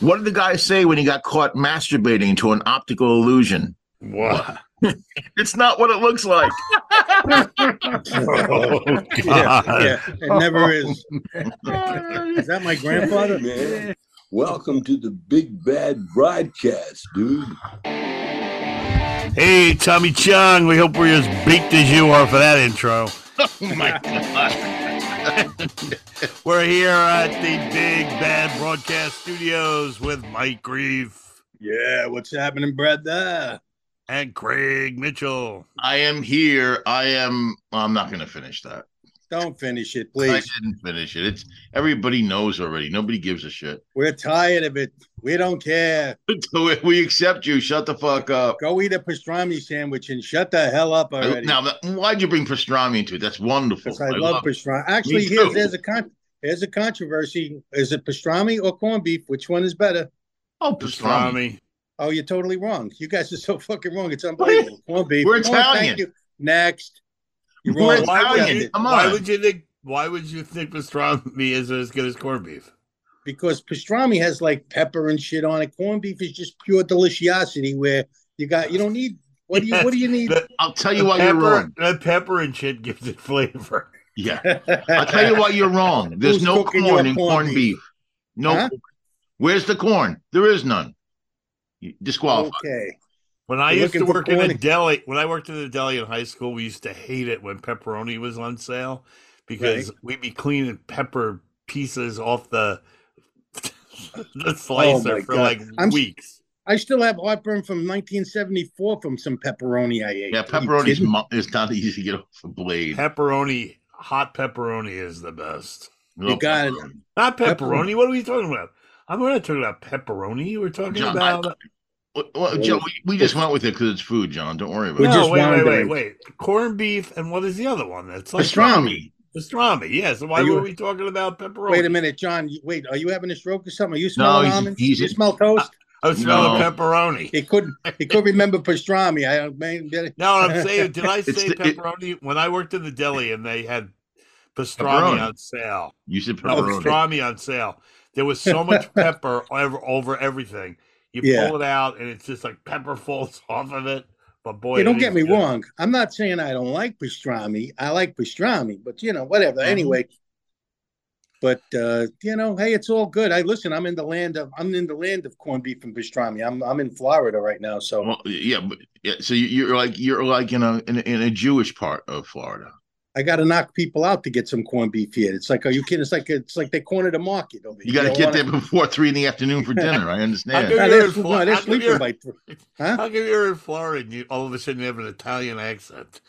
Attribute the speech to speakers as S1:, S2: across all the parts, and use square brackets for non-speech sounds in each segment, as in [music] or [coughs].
S1: What did the guy say when he got caught masturbating to an optical illusion?
S2: What?
S1: [laughs] It's not what it looks like.
S2: Oh,
S3: Yeah,
S2: God.
S3: yeah, it never is. [laughs] Is that my [laughs] grandfather?
S4: Man, welcome to the Big Bad Broadcast, dude.
S2: Hey, Tommy Chong, we hope we're as baked as you are for that [laughs] intro.
S1: oh my god.
S2: [laughs] We're here at the Big Bad Broadcast Studios with Mike Grief
S3: Yeah, what's happening, brother?
S2: and Craig Mitchell.
S1: I am here. I am I'm not gonna finish that.
S3: Don't finish it,
S1: I
S3: please.
S1: didn't finish it. It's everybody knows already. Nobody gives a shit. [laughs]
S3: We're tired of it. We don't care.
S1: So we- we accept you. Shut the fuck up.
S3: Go eat a pastrami sandwich and shut the hell up already.
S1: Now why'd you bring pastrami into it? That's wonderful.
S3: Because I, love
S1: it.
S3: pastrami. Actually,
S1: Me
S3: here's
S1: too.
S3: there's a con- there's a controversy. Is it pastrami or corned beef? Which one is better?
S1: Oh, pastrami.
S2: Pastrami.
S3: Oh, you're totally wrong. You guys are so fucking
S1: [laughs]
S3: wrong. It's unbelievable. Corned beef.
S1: We're
S3: Oh, thank
S1: Italian.
S3: you. Next. You're
S1: We're
S3: wrong.
S2: Why would,
S1: Italian.
S2: you,
S1: Come
S2: why
S1: on.
S2: would you think why would you think pastrami is as good as corned beef?
S3: because pastrami has like pepper and shit on it. Corned beef is just pure deliciosity where you got you don't need what do you what do you need?
S2: The,
S1: I'll tell
S2: the
S1: you why you're
S2: pepper,
S1: wrong.
S2: the pepper and shit gives it flavor.
S1: Yeah. I'll tell
S3: [laughs]
S1: you why you're wrong. There's
S3: Who's
S1: no
S3: cooking your
S1: corn in
S3: corned
S1: corned
S3: beef?
S1: beef. No.
S3: Huh?
S1: corn. Where's the corn? There is none. You- Disqualified.
S3: Okay.
S2: When I
S3: You're
S2: used to
S3: looking for
S2: work in a
S3: corny.
S2: deli, when I worked in a deli in high school, we used to hate it when pepperoni was on sale because we'd be cleaning pepper pieces off the [laughs] the slicer
S3: Oh my
S2: for
S3: God.
S2: like
S3: I'm s-
S2: weeks.
S3: I still have heartburn from 1974 from some pepperoni I ate.
S1: Yeah,
S3: Are you
S1: pepperoni's
S3: kidding?
S1: mu- is not [laughs] easy to get off a blade.
S2: Pepperoni, hot pepperoni is the best.
S1: Love
S3: got it.
S1: pepperoni.
S2: Not pepperoni.
S3: Pepperoni.
S2: What are we talking about? I'm not talking about pepperoni. We're talking
S1: John, I-
S2: about
S1: Well, well, Joe, we, we just went with it because it's food, John. Don't worry about
S3: We
S1: it.
S2: no.
S3: just
S2: wait, wait,
S3: wanted to
S2: wait,
S3: make-
S2: wait. Corned beef and what is the other one? That's like
S1: Pastrami.
S2: Pastrami. Yeah. So why
S3: Are you-
S2: were we talking about pepperoni?
S3: Wait a minute, John. you- Wait, are you having a stroke or something? Are you
S1: No,
S3: smelling
S1: he's,
S3: almonds?
S1: he's
S3: you
S1: [laughs]
S3: smell toast?
S2: I was smelling
S1: No.
S2: pepperoni.
S3: He couldn't he could remember pastrami. I don't man,
S2: No, what I'm saying, did
S3: [laughs]
S2: I
S1: It's
S2: say
S1: the- it-
S2: pepperoni when I worked in the deli and they had pastrami
S1: Pepperoni.
S2: on sale?
S1: you said
S2: No,
S1: pepperoni.
S2: pastrami on sale. There was so
S3: [laughs]
S2: much pepper over, over everything. You
S3: Yeah.
S2: pull it out and it's just like pepper falls [laughs] off of it. But boy,
S3: Hey,
S2: it
S3: don't
S2: is
S3: get me
S2: good.
S3: wrong. I'm not saying I don't like pastrami. I like pastrami, but you know, whatever.
S2: Mm-hmm.
S3: Anyway, but uh, you know, hey, it's all good. I listen. I'm in the land of I'm in the land of corned beef and pastrami. I'm I'm in Florida right now, so
S2: Mm-hmm.
S1: Well, yeah, but, yeah. So you- you're like you're like in a in, a- in a Jewish part of Florida.
S3: I got to knock people out to get some corned beef here. It's like, are you kidding? It's like it's like they cornered the market over here.
S1: You got to
S3: don't
S1: get
S3: wanna-
S1: there before three in the afternoon
S3: [laughs]
S1: for dinner. I understand.
S2: I
S3: No,
S2: You're [laughs]
S3: they're,
S2: in Flo-
S3: no, they're
S2: I- you're-
S3: sleeping by three. Huh?
S2: How come you're in Florida and you all of a sudden you have an Italian accent?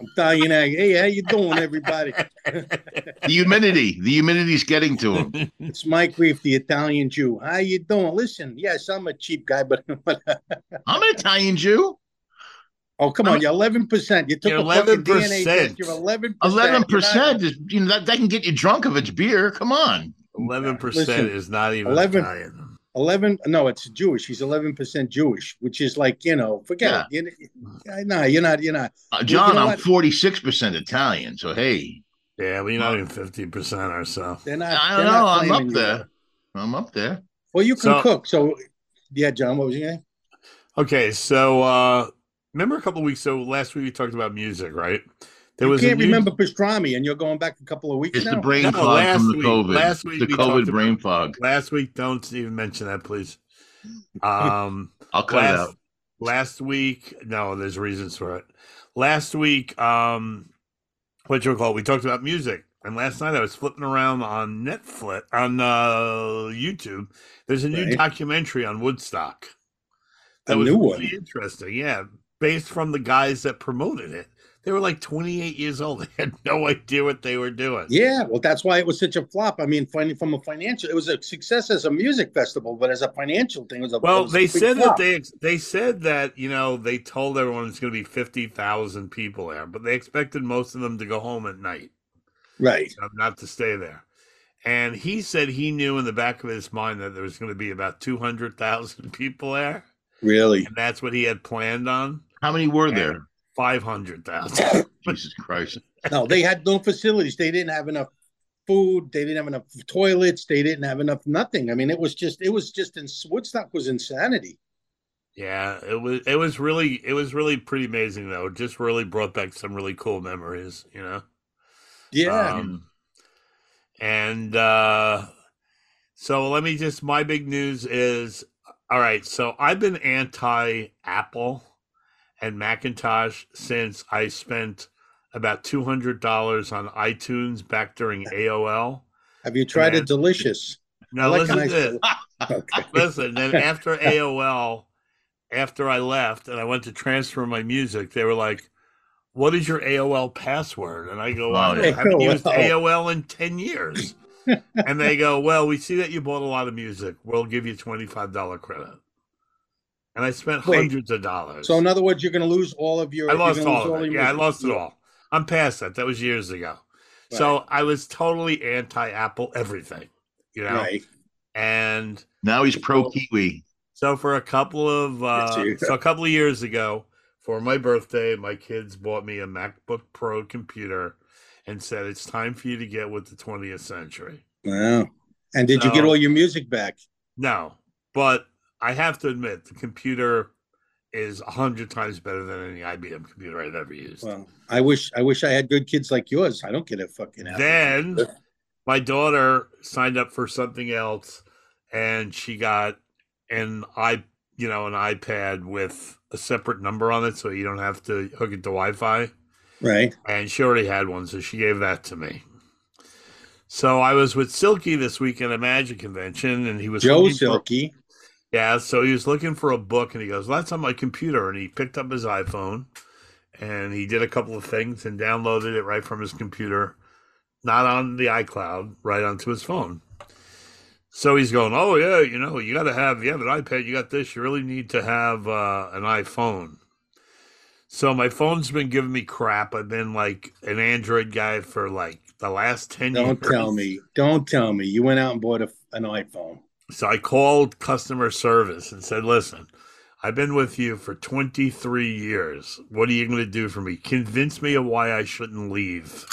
S3: Italian egg. Hey, how you doing, everybody?
S2: [laughs]
S1: the humidity, the humidity's getting to him.
S3: [laughs] It's Mike Reef, the Italian Jew. How you doing? Listen, yes, I'm a cheap guy, but [laughs]
S1: I'm an Italian Jew.
S3: Oh, come on, you're eleven percent. You took
S2: You're
S3: a fucking DNA
S2: 11%.
S3: test. You're eleven percent.
S1: Eleven percent is you know that, that can get you drunk if it's beer. Come on.
S2: Eleven percent
S3: uh, Listen,
S2: is not even
S3: 11
S2: Italian.
S3: Eleven. No, it's Jewish. He's eleven percent Jewish, which is like you know, forget it. You, no, you're not. You're not.
S1: Uh, John,
S3: know
S1: I'm
S3: what?
S1: forty six percent Italian. So hey,
S2: Yeah, we're not even fifty percent or so.
S3: They're not.
S1: I
S3: they're
S1: don't
S3: not
S1: know. I'm
S3: claiming
S1: up
S3: you.
S1: there. I'm up there.
S3: Well, you can
S2: So-
S3: cook. So, yeah, John, what was your name?
S2: Okay, so uh remember a couple weeks so last week we talked about music, right? There
S3: You
S2: was a
S3: can't
S2: new-
S3: remember pastrami, and you're going back a couple of weeks
S1: It's
S3: now.
S1: the brain
S2: No,
S1: fog
S2: last
S1: from the
S2: week-
S1: COVID.
S2: last
S1: It's
S2: week
S1: the
S2: we talked
S1: COVID brain fog.
S2: last week. Don't even mention that,
S3: [laughs]
S2: please. Um,
S1: I'll cut it
S2: last
S1: out.
S2: last week, no, there's reasons for it. Last week, um, what you call it, we talked about music, and last night I was flipping around on Netflix on uh, YouTube. There's a new
S3: Right.
S2: documentary on Woodstock
S3: A
S2: was
S3: new one.
S2: really Interesting, yeah. Based from the guys that promoted it, they were like 28 years old. [laughs] They had no idea what they were doing.
S3: Yeah, well, that's why it was such a flop. I mean, fin- from a financial, it was a success as a music festival, but as a financial thing, it was a it
S2: Well,
S3: was a
S2: they
S3: big
S2: said
S3: flop.
S2: that they ex- they said that you know they told everyone it's going to be 50,000 people there, but they expected most of them to go home at night.
S3: right.
S2: um, not to stay there. And he said he knew in the back of his mind that there was going to be about 200,000 [laughs] people there.
S3: Really,
S2: And that's what he had planned on
S1: How many were there?
S2: 500,000.
S1: Jesus Christ.
S3: no, they had no facilities. They didn't have enough food. They didn't have enough toilets. They didn't have enough nothing. I mean, it was just, it was just in Woodstock was insanity.
S2: yeah, it was it was really it was really pretty amazing though. It just really brought back some really cool memories, you know.
S3: Yeah,
S2: Um, and uh, so let me just, my big news is all right, so I've been anti Apple and Macintosh since I spent about $200 on iTunes back during AOL.
S3: have you tried
S2: man.
S3: it? Delicious.
S2: Now,
S3: like
S2: listen
S3: how
S2: to
S3: nice
S2: this.
S3: [laughs]
S2: [laughs]
S3: Okay.
S2: Listen, then after AOL, after I left and I went to transfer my music, they were like, what is your AOL password? And I go, well, I
S1: Wow.
S2: haven't
S3: [laughs]
S2: used
S3: AOL.
S2: AOL in 10 years. and they go, well, we see that you bought a lot of music. We'll give you $25 credit. And I spent
S3: Wait,
S2: hundreds of dollars.
S3: So in other words, you're going to lose all of your.
S2: I
S3: you're
S2: lost
S3: gonna lose
S2: all of it.
S3: your
S2: Yeah, I
S3: music.
S2: lost it all. I'm past that. That was years ago. So I was totally anti Apple everything, you know?
S3: Right.
S2: And
S1: Now he's pro Kiwi.
S2: so for a couple
S3: [laughs]
S2: of uh,
S3: you.
S2: so a couple of years ago, for my birthday, my kids bought me a MacBook Pro computer and said it's time for you to get with the 20th century.
S3: Wow. And did you get
S2: So-
S3: all your music back?
S2: No, but I have to admit the computer is a hundred times better than any IBM computer I've ever used.
S3: Well, I wish I wish I had good kids like yours. I don't get a fucking. Apple.
S2: then my daughter signed up for something else and she got an i you know an ipad with a separate number on it so you don't have to hook it to wi-fi
S3: right?
S2: and she already had one so she gave that to me so i was with silky this weekend at magic convention and he was
S3: Joe
S2: looking for-
S3: Silky.
S2: yeah, so he was looking for a book and he goes, That's on my computer. And he picked up his iPhone and he did a couple of things and downloaded it right from his computer, not on the iCloud, right onto his phone. So he's going, Oh, yeah, you know, you got to have, you have an iPad, you got this, you really need to have uh, an iPhone. So my phone's been giving me crap. I've been like an Android guy for like the last 10 years.
S3: Don't tell me. Don't tell me. You went out and bought a, an iPhone.
S2: So I called customer service and said, listen, I've been with you for 23 years. What are you going to do for me? Convince me of why I shouldn't leave.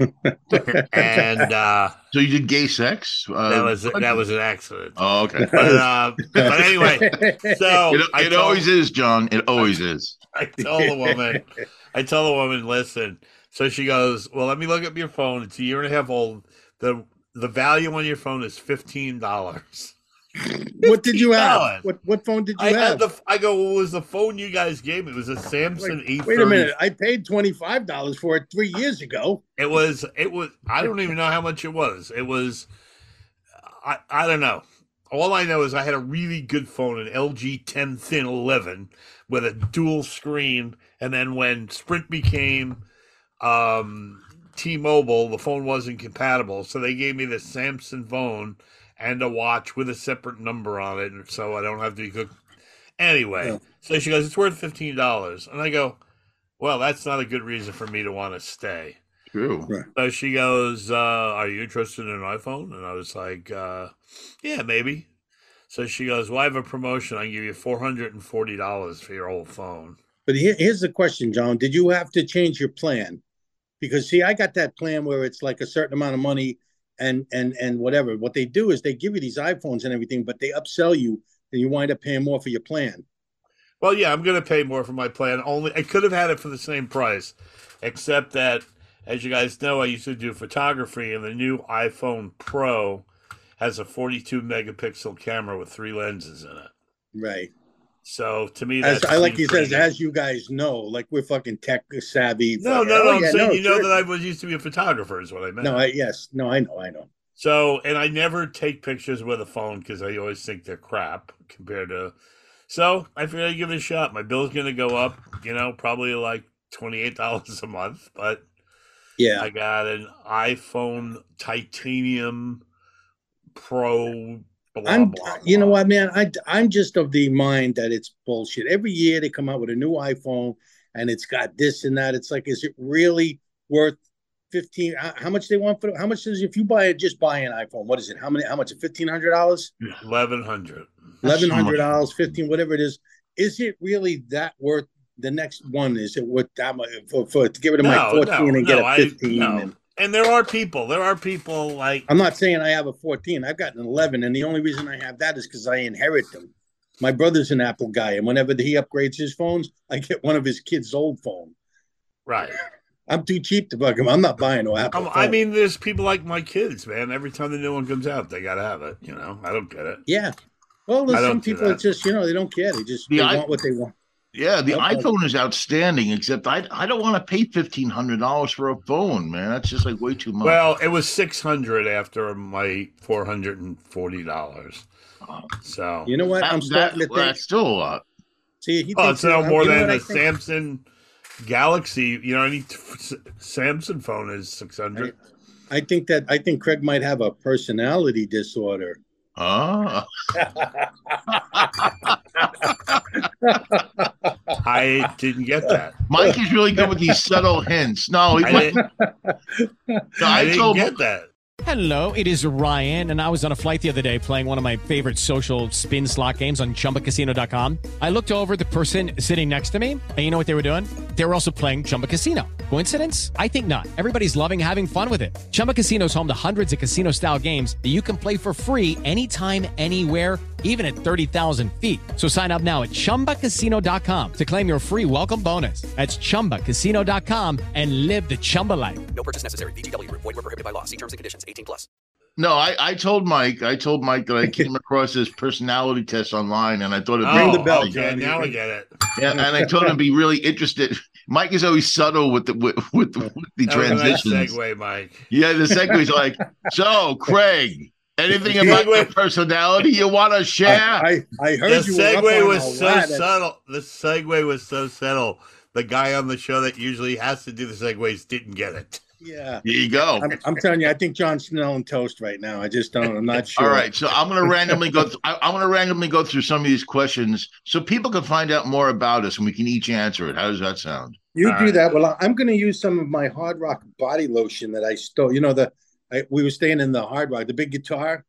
S2: and uh,
S1: So you did gay sex? Uh,
S2: that was that was an accident.
S1: Oh,
S2: [laughs]
S1: okay.
S2: But, uh, but anyway, so
S1: [laughs] It,
S2: Oh, I
S1: it
S2: told-
S1: always is, John. It always is.
S2: I tell the
S1: [laughs]
S2: woman, I tell the woman, listen. So she goes, well, let me look up your phone. It's a year and a half old. the The value on your phone is fifteen dollars.
S3: [laughs] what did you
S2: $15.
S3: have? What what phone did you
S2: I
S3: have?
S2: had the. I go. What was the phone you guys gave me? It was a Samsung eight.
S3: Wait a minute. I paid twenty five dollars for it three years ago.
S2: It was. It was. I don't even know how much it was. It was. I. I don't know. All I know is I had a really good phone, an LG 10 Thin 11, with a dual screen. And then when Sprint became um, T-Mobile, the phone wasn't compatible, so they gave me the Samsung phone and a watch with a separate number on it, and so I don't have to be cooked. Anyway,
S3: Yeah.
S2: so she goes, "It's worth fifteen dollars," and I go, "Well, that's not a good reason for me to want to stay."
S1: True.
S2: So she goes, uh, Are you interested in an iPhone? And I was like, uh, Yeah, maybe. So she goes, Well, I have a promotion. I can give you $440 for your old phone.
S3: But here, here's the question, John. Did you have to change your plan? Because see, I got that plan where it's like a certain amount of money and and and whatever. What they do is they give you these iPhones and everything, but they upsell you and you wind up paying more for your plan.
S2: Well, yeah, I'm going to pay more for my plan. Only I could have had it for the same price, except that, as you guys know, I used to do photography, and the new iPhone Pro has a 42 megapixel camera with three lenses in it.
S3: Right.
S2: So to me,
S3: As
S2: that's
S3: I like he says,
S2: pretty-
S3: as you guys know, like we're fucking tech savvy.
S2: no,
S3: fucking-
S2: no, no.
S3: Oh,
S2: I'm
S3: yeah,
S2: saying you know
S3: sure.
S2: that I was used to be a photographer, is what I meant.
S3: No, I yes, no, I know, I know.
S2: So, and I never take pictures with a phone because I always think they're crap compared to. So I figured I'd give it a shot. My bill's going to go up, you know, probably like [laughs] $28 a month, but
S3: Yeah.
S2: I got an iPhone titanium pro. Blah,
S3: I'm, uh,
S2: blah,
S3: you know
S2: blah.
S3: what, man? I, I'm just of the mind that it's bullshit. Every year they come out with a new iPhone and it's got this and that. It's like, is it really worth 15? How how much they want for how much is if you buy it, just buy an iPhone? What is it? How many? How much? $1,500?
S2: 1100
S1: That's so much.
S3: $1,100, 15 whatever it is. Is it really that worth the next one? Is it worth that much for, for to give it to my 14 and get a 15?
S2: I, no.
S3: and-
S2: And there are people, there are people like,
S3: I'm not saying I have a 14. I've got an 11, and the only reason I have that is because I inherit them. My brother's an Apple guy, and whenever he upgrades his phones, I get one of his kids' old phone.
S2: right.
S3: I'm too cheap to fuck him. I'm not buying no Apple.
S2: Um, I
S3: phone.
S2: mean, there's people like my kids, man. Every time the new one comes out, they got to have it. You know, I don't get it.
S3: yeah. Well,
S2: I
S3: there's
S2: don't
S3: some
S2: do
S3: people
S2: that.
S3: that just you know they don't care. They just
S1: The
S3: they
S1: i-
S3: want what they want.
S1: Yeah, the
S3: Okay.
S1: iPhone is outstanding, except I I don't want to pay fifteen hundred dollars for a phone, man. That's just like way too much.
S2: Well, it was 600 after my $440. So,
S3: You know what?
S1: That-
S3: I'm starting
S1: that-
S3: to think.
S1: that's still a lot.
S3: See, he
S2: oh,
S3: thinks
S2: it's no
S3: I'm-
S2: more
S3: you know
S2: than
S3: what
S2: a
S3: I think?
S2: Samsung Galaxy. You know, any t- s- Samsung phone is 600.
S3: I think that I think Craig might have a personality disorder.
S1: Oh,
S2: I didn't get that.
S1: Mike is really good with these subtle hints. No,
S2: [laughs]
S1: he
S2: I
S1: went,
S2: didn't, I
S1: I,
S2: didn't
S1: told
S2: get that.
S5: Hello, it is Ryan, and I was on a flight the other day playing one of my favorite social spin slot games on chumbacasino.com. I looked over at the person sitting next to me, and you know what they were doing? They were also playing Chumba Casino. Coincidence? I think not. Everybody's loving having fun with it. Chumba Casino is home to hundreds of casino style games that you can play for free anytime, anywhere, even at 30,000 feet. So sign up now at chumbacasino.com to claim your free welcome bonus. That's chumbacasino.com and live the Chumba life.
S1: no, I, I told Mike. I told Mike that I
S2: [laughs]
S1: came across this personality test online, and I thought it'd
S2: Oh,
S1: be
S3: the bell,
S2: okay,
S3: Johnny.
S2: now I get it.
S1: Yeah, and I told him to be really interested. Mike is always subtle with the with, with, the- with the
S2: That was a nice
S1: transitions.
S2: segue, Mike.
S1: Yeah, the
S2: [laughs]
S1: segue's like, so Craig, anything about your
S2: Segue.
S1: personality you want to share?
S3: I, I,
S2: The
S3: I heard you. were up
S2: segue
S3: on
S2: was
S3: a
S2: so
S3: lot of-
S2: subtle. The segue was so subtle. The guy on the show that usually has to do the segues didn't get it. [laughs]
S3: Yeah.
S1: Here you go.
S3: I'm, I'm telling you, I think John Snell and toast right now. I just don't. I'm
S2: [laughs]
S3: not sure.
S1: All right, so I'm gonna randomly go. Th- I, I'm gonna randomly go through some of these questions so people can find out more about us and we can each answer it. How does that sound?
S3: You
S2: All
S3: do
S2: right.
S3: that. Well, I- I'm going to use some of my Hard Rock body lotion that I stole. You know the I, we were staying in the Hard Rock, the big guitar.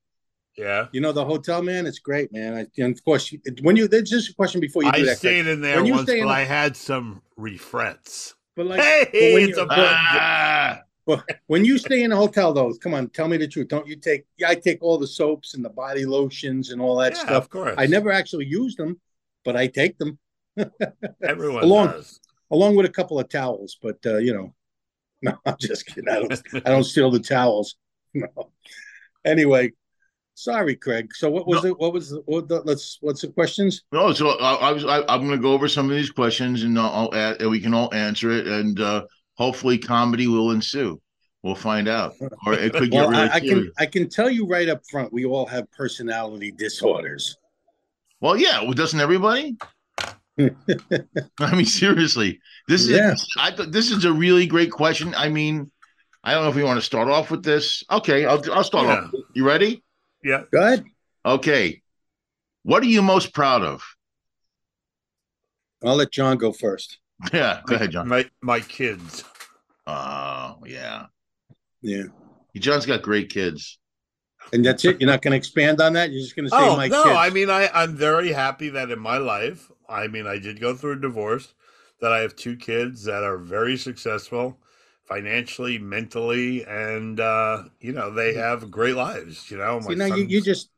S2: Yeah.
S3: You know the hotel, man. It's great, man. I, and of course, you- when you there's just a question before you do
S2: I
S3: that. Craig.
S2: stayed in there
S3: When you
S2: once,
S3: stay
S2: but
S3: in a-
S2: I had some refrets.
S3: But [laughs] like
S2: hey,
S3: when
S2: it's
S3: you-
S2: a
S1: Ah,
S3: when you stay in a hotel, though, come on, tell me the truth. Don't you take? Yeah, I take all the soaps and the body lotions and all that
S2: Yeah,
S3: stuff.
S2: Of course,
S3: I never actually use them, but I take them
S2: Everyone
S3: along-
S2: does. [laughs]
S3: along with a couple of towels. But uh, you know, [laughs] no, I'm just kidding. I don't. I don't steal the towels. [laughs] No. Anyway, sorry, Craig. So what was
S1: No.
S3: it? What was the, what the, let's what's the questions?
S1: no, Oh, so I, I was. I, I'm gonna go over some of these questions and uh, I'll, i and we can all answer it, and uh, hopefully comedy will ensue. We'll find out, or it could get
S3: Well,
S1: really
S3: I, I
S1: serious.
S3: can I can tell you right up front, we all have personality disorders.
S1: Well, yeah, well, doesn't
S3: [laughs]
S1: everybody? I mean, seriously, this is
S3: Yeah.
S1: I th- this is a really great question. I mean, I don't know if we want to start off with this. Okay, I'll I'll start off. You ready?
S2: Yeah.
S3: Good.
S1: Okay. What are you most proud of? [laughs]
S3: I'll let John go first.
S1: Yeah, go ahead,
S3: [laughs]
S1: John.
S2: My my kids.
S1: Oh, yeah.
S3: Yeah,
S1: John's got great kids.
S3: and that's it. You're not going to expand on that. You're just going to say
S2: Oh
S3: my
S2: no!
S3: kids.
S2: I mean, I I'm very happy that in my life, I mean, I did go through a divorce, that I have two kids that are very successful, financially, mentally, and uh, you know they have great lives. You know,
S3: you know, you,
S2: son's-
S3: you just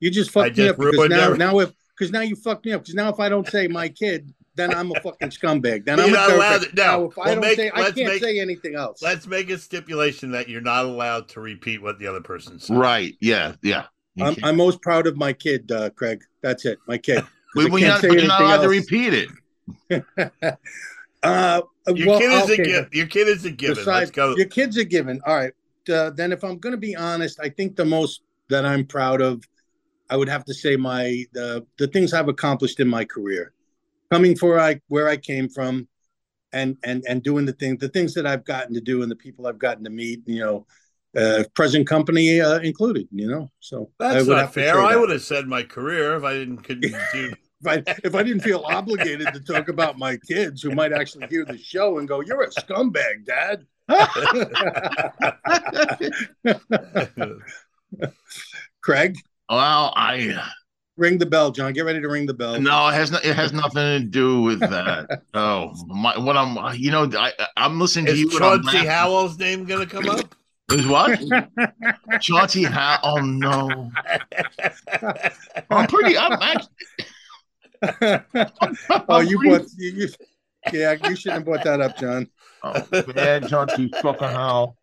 S3: you just fucked me
S2: just
S3: up because
S2: ruined
S3: now
S2: every-
S3: now if because now you fucked me up because now if I don't say my kid, then I'm a fucking scumbag. Then
S2: You're
S3: I'm a
S2: not
S3: dirtbag.
S2: allowed to- no.
S3: Now, if I
S2: Well,
S3: don't
S2: make-
S3: say, I
S2: let's
S3: can't
S2: make-
S3: say anything else.
S2: let's make a stipulation that you're not allowed to repeat what the other person said.
S1: Right. Yeah. Yeah. You
S3: I'm,
S1: can't-
S3: I'm most proud of my kid, uh, Craig. That's it, my kid.
S1: we,
S3: 'Cause I
S1: we're
S3: can't
S1: not,
S3: say
S1: we're not
S3: anything
S1: allowed to
S3: else.
S1: repeat it.
S3: Uh,
S2: Your
S3: well,
S2: kid is
S3: okay,
S2: a given. Your kid is a given. Let's
S3: besides-
S2: go.
S3: Your kids are given. All right. Uh, then, if I'm going to be honest, I think the most that I'm proud of I would have to say my the the things I've accomplished in my career, coming for I where I came from, and and and doing the things the things that I've gotten to do and the people I've gotten to meet, you know, uh, present company uh, included, you know. So I
S2: That's
S3: would have
S2: not
S3: to
S2: fair.
S3: say
S2: I
S3: that.
S2: would have said my career if I didn't [laughs]
S3: [laughs]
S2: continue.
S3: If I, if I didn't feel obligated to talk about my kids who might actually hear the show and go, "You're a scumbag, Dad." Craig,
S1: Well, I
S3: ring the bell, John. Get ready to ring the bell.
S1: no, it has not. It has nothing to do with that. Oh, my, what I'm, you know, I, I'm listening to
S2: Is
S1: you. and I'm
S2: Chauncey
S1: laughing.
S2: Howell's name going to come up?
S1: Is what? Chauncey How? Oh
S3: [laughs]
S1: no, I'm pretty. I'm actually.
S3: [laughs] oh, you bought you, you, yeah, you shouldn't have bought that up, John.
S1: Oh, man, Chauncey fucking Howell.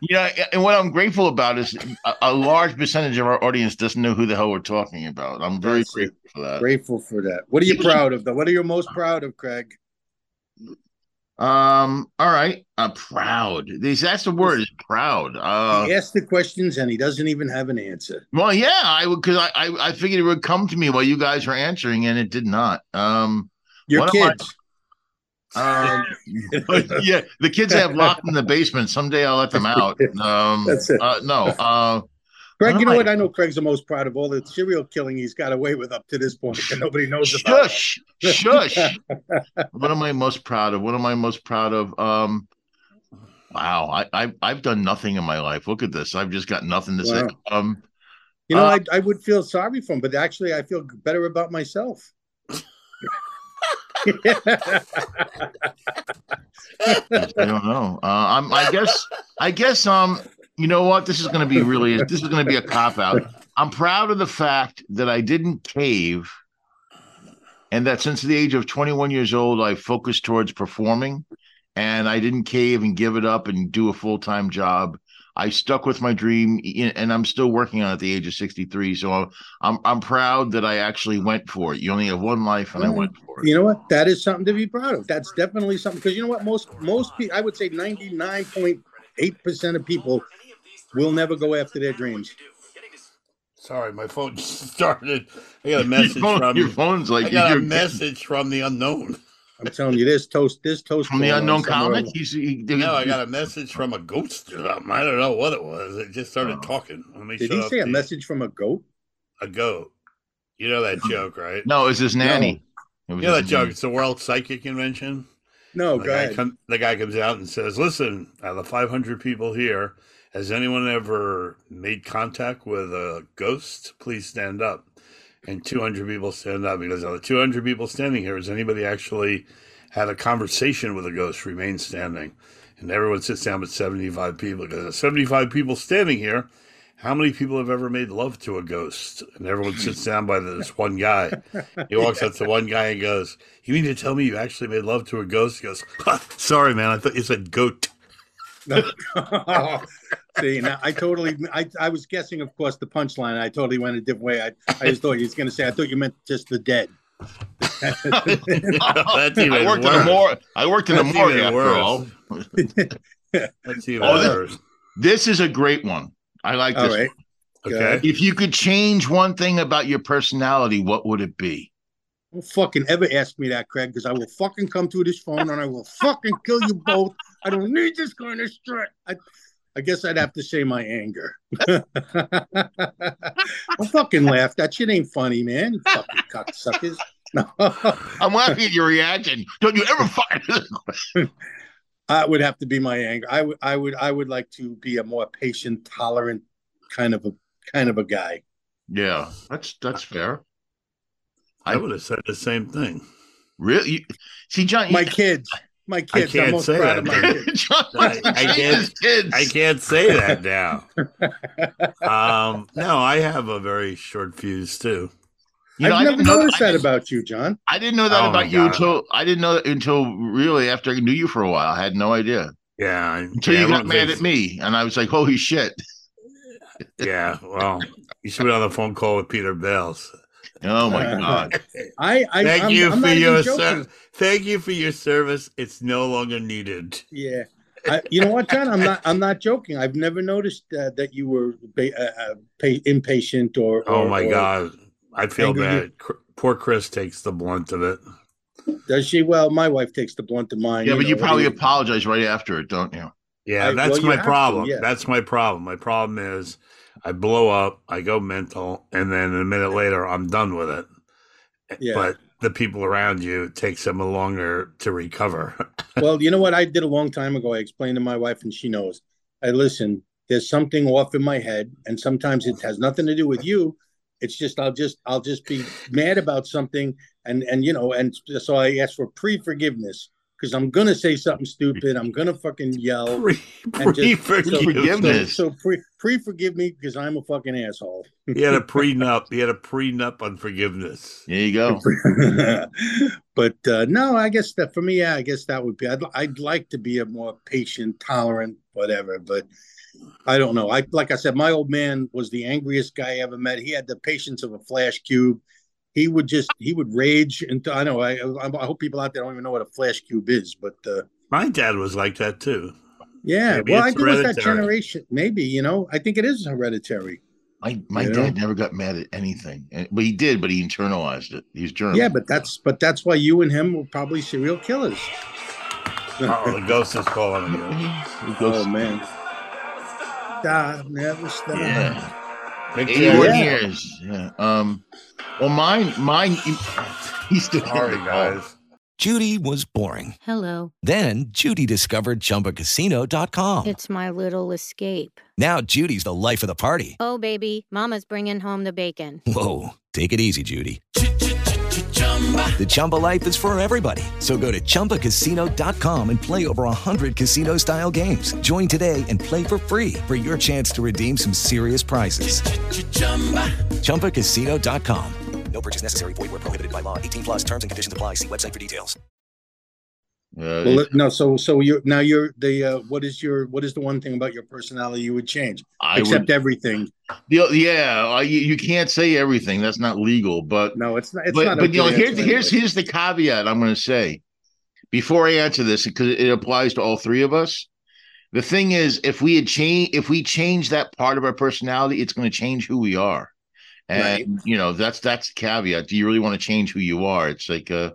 S1: You know, and what I'm grateful about is a, a large percentage of our audience doesn't know who the hell we're talking about. I'm very
S3: That's it.
S1: grateful for that.
S3: Grateful for that. What are you
S1: You
S3: proud of? Though, what are you most proud of, Craig?
S1: Um. All right. I'm proud. These. That's the word. Is proud. Uh.
S3: he asked the questions and he doesn't even have an answer.
S1: Well, yeah. I would because I, I I figured it would come to me while you guys were answering, and it did not. Um.
S3: Your
S1: What am I-
S3: kids. [laughs]
S1: Um. [laughs] yeah. The kids have locked in the basement. Someday I'll let them out. Um.
S3: That's it.
S1: Uh, no. Uh.
S3: Craig, you know
S1: Why?
S3: what? I know Craig's the most proud of all the serial killing he's got away with up to this point that nobody knows about.
S1: Shush. Shush. what am I most proud of? What am I most proud of? Um. Wow. I, I I've done nothing in my life. Look at this. I've just got nothing to say.
S3: Wow.
S1: Um.
S3: You know,
S1: Uh,
S3: I, I would feel sorry for him, but actually, I feel better about
S1: [laughs]
S3: myself. [laughs]
S1: I don't know. Uh, I'm, I guess. I guess. Um. You know what? This is going to be really. This is going to be a cop out. I'm proud of the fact that I didn't cave, and that since the age of 21 years old, I focused towards performing, and I didn't cave and give it up and do a full time job. I stuck with my dream, y- and I'm still working on it at the age of 63. So I'm I'm, I'm proud that I actually went for it. You only have one life,
S2: Mm.
S1: and I went for it.
S3: You know what? That is something to be proud of. That's definitely something because you know what? Most most people, I would say, ninety nine point eight percent of people will never go after their dreams.
S2: Sorry, my phone [laughs] just started. I got a message
S1: [laughs] your, phone-
S2: from
S1: your phone's like
S2: I got a
S1: you're-
S2: message from the
S1: [laughs]
S2: unknown.
S3: I'm telling you, this toast, this toast
S1: from the
S3: going on
S1: unknown
S3: somewhere.
S1: comic. He's, he,
S2: No, I got a message from a ghost or something. I don't know what it was. It just
S1: Oh.
S2: started talking. Let me
S3: Did
S2: shut
S3: he
S2: up
S3: say a
S2: the-
S3: message from a goat?
S2: A goat. You know
S1: [laughs]
S2: that joke, right?
S1: No, it's his nanny. It was
S2: You know that
S1: his
S2: joke.
S1: nanny.
S2: It's the World Psychic Convention.
S3: No,
S2: the,
S3: go
S2: guy
S3: ahead.
S2: come, the guy comes out and says, "Listen, out of the 500 people here, has anyone ever made contact with a ghost? Please stand up." And 200 people stand up. He goes, "Out of the 200 people standing here, has anybody actually had a conversation with a ghost? Remain standing." And everyone sits down with 75 people. He goes, "There's 75 people standing here. How many people have ever made love to a ghost? And everyone sits down by this one guy. He walks up to one guy and goes, You mean to tell me you actually made love to a ghost? He goes, [laughs] "Huh, Sorry, man. I thought you said goat. [laughs]
S3: [laughs] See, now I totally, I, I was guessing, of course, the punchline. I totally went a different way. I, I just thought he was going to say, I thought you meant just the dead.
S2: That's even
S1: [laughs] I worked in a
S2: worse.
S1: mor- I worked in a
S2: That's
S1: morgue
S2: even
S1: after
S2: worse.
S1: all.
S2: That's even
S1: Oh, that-
S2: worse.
S1: This is a great one. I like
S3: All
S1: this.
S3: right.
S2: Okay.
S1: If you could change one thing about your personality, what would it be?
S3: Don't fucking ever ask me that, Craig, because I will fucking come through this phone and I will fucking kill you both. I don't need this kind of shit. I, I guess I'd have to say my anger. [laughs] I'll fucking laugh. That shit ain't funny, man. You fucking cocksuckers. No. [laughs]
S1: I'm laughing at your reaction. Don't you ever fucking [laughs]
S3: I would have to be my anger. I would I would I would like to be a more patient, tolerant kind of a kind of a guy.
S1: Yeah, that's that's fair.
S2: I would have said the same thing.
S1: Really? You- See, John, you-
S3: My kids. My kids. I'm
S2: can't
S3: most
S2: say
S3: proud of
S2: that,
S3: my
S2: man.
S3: kids.
S1: [laughs] John wants to
S2: I- I
S1: change
S2: can't-
S1: his kids.
S2: I can't say that now.
S1: [laughs]
S2: um, no, I have a very short fuse, too.
S1: You know, I
S3: I've never
S1: didn't know-
S3: noticed
S1: I
S3: that
S1: didn't-
S3: about you, John.
S1: I didn't know that
S2: Oh, my
S1: about you
S2: God.
S1: until I didn't know until really after I knew you for a while. I had no idea
S2: Yeah. I-
S1: until
S2: yeah,
S1: you got
S2: everyone
S1: mad
S2: thinks-
S1: at me, and I was like, "Holy shit!"
S2: Yeah. Well, you should be on the phone call with Peter Bells.
S1: Oh
S3: [laughs]
S1: my god!
S3: I, I
S2: Thank
S3: I'm,
S2: you
S3: I'm
S2: for
S3: not even
S2: your
S3: joking.
S2: ser- thank you for your service. It's no longer needed.
S3: Yeah. I, you know what, John? I'm not. I'm not joking. I've never noticed uh, that you were ba- uh, uh, pa- impatient or.
S2: Oh
S3: or-
S2: my
S3: or-
S2: god, I feel
S3: Angry
S2: bad. Cr- Poor Chris takes the blunt of it.
S3: Does she? Well, my wife takes the blunt of mine.
S1: Yeah, but you
S3: know, what
S1: probably
S3: do
S1: apologize right after it, don't you?
S2: Yeah,
S3: I-
S2: that's
S3: well, you
S2: my
S3: have to,
S2: problem.
S3: yeah.
S2: That's my problem. My problem is I blow up, I go mental, and then a minute later I'm done with it.
S3: Yeah.
S2: But the people around you it takes them longer to recover. [laughs]
S3: well, you know what I did a long time ago. I explained to my wife, and she knows. I listen. There's something off in my head, and sometimes it has nothing to do with you. It's just I'll just I'll just be mad about something, and and you know, and so I ask for pre forgiveness because I'm gonna say something stupid. I'm gonna fucking yell.
S2: Pre-
S3: And just- So,
S1: Forgiveness.
S2: Pre-forgiveness.
S3: so pre pre forgive me because I'm a fucking asshole. [laughs]
S2: He had a prenup. He had a prenup on forgiveness.
S1: There you go.
S3: but uh, no, I guess that for me, yeah, I guess that would be. I'd I'd like to be a more patient, tolerant, whatever. But I don't know. I like I said, my old man was the angriest guy I ever met. He had the patience of a flash cube. He would just he would rage until I know. I I hope people out there don't even know what a flash cube is, but. Uh,
S2: My dad was like that too.
S3: yeah,
S2: Maybe
S3: well, I
S2: it's
S3: think it's that
S2: hereditary.
S3: generation. Maybe you know, I think it is hereditary.
S1: My my
S3: You know?
S1: dad never got mad at anything, And- but he did. But he internalized it. He's German.
S3: Yeah, but that's but that's why you and him were probably serial killers.
S2: Oh, the ghost is calling you.
S3: Oh man. Stop, never stop.
S1: yeah,
S2: Make sure-
S1: eighty-one
S3: Yeah.
S1: years. Yeah. Um. Well, mine, mine. He, [laughs] he's still
S2: Sorry, guys.
S6: Judy was boring.
S7: Hello,
S6: Then Judy discovered ChumbaCasino.com.
S7: it's my little escape.
S6: now Judy's the life of the party.
S7: Oh, baby, Mama's bringing home the bacon.
S6: Whoa, take it easy, Judy. The Chumba life is for everybody. So go to ChumbaCasino.com and play over 100 casino style games. Join today and play for free for your chance to redeem some serious prizes. ChumbaCasino.com. No purchase necessary. Void where prohibited by law. 18 plus terms and conditions apply. See website for details.
S1: Uh,
S3: Well, let- no, so so you're now you're the uh, what is your what is the one thing about your personality you would change
S1: I
S3: except
S1: would,
S3: everything?
S1: the, yeah, I, you you can't say everything. That's not legal. But
S3: No, it's not. It's
S1: but,
S3: not
S1: but you know,
S3: okay,
S1: here's
S3: actually.
S1: here's here's the caveat I'm going to say before I answer this because it applies to all three of us. The thing is, if we had change, if we change that part of our personality, it's going to change who we are, and you know that's that's the caveat. Do you really want to change who you are? It's like uh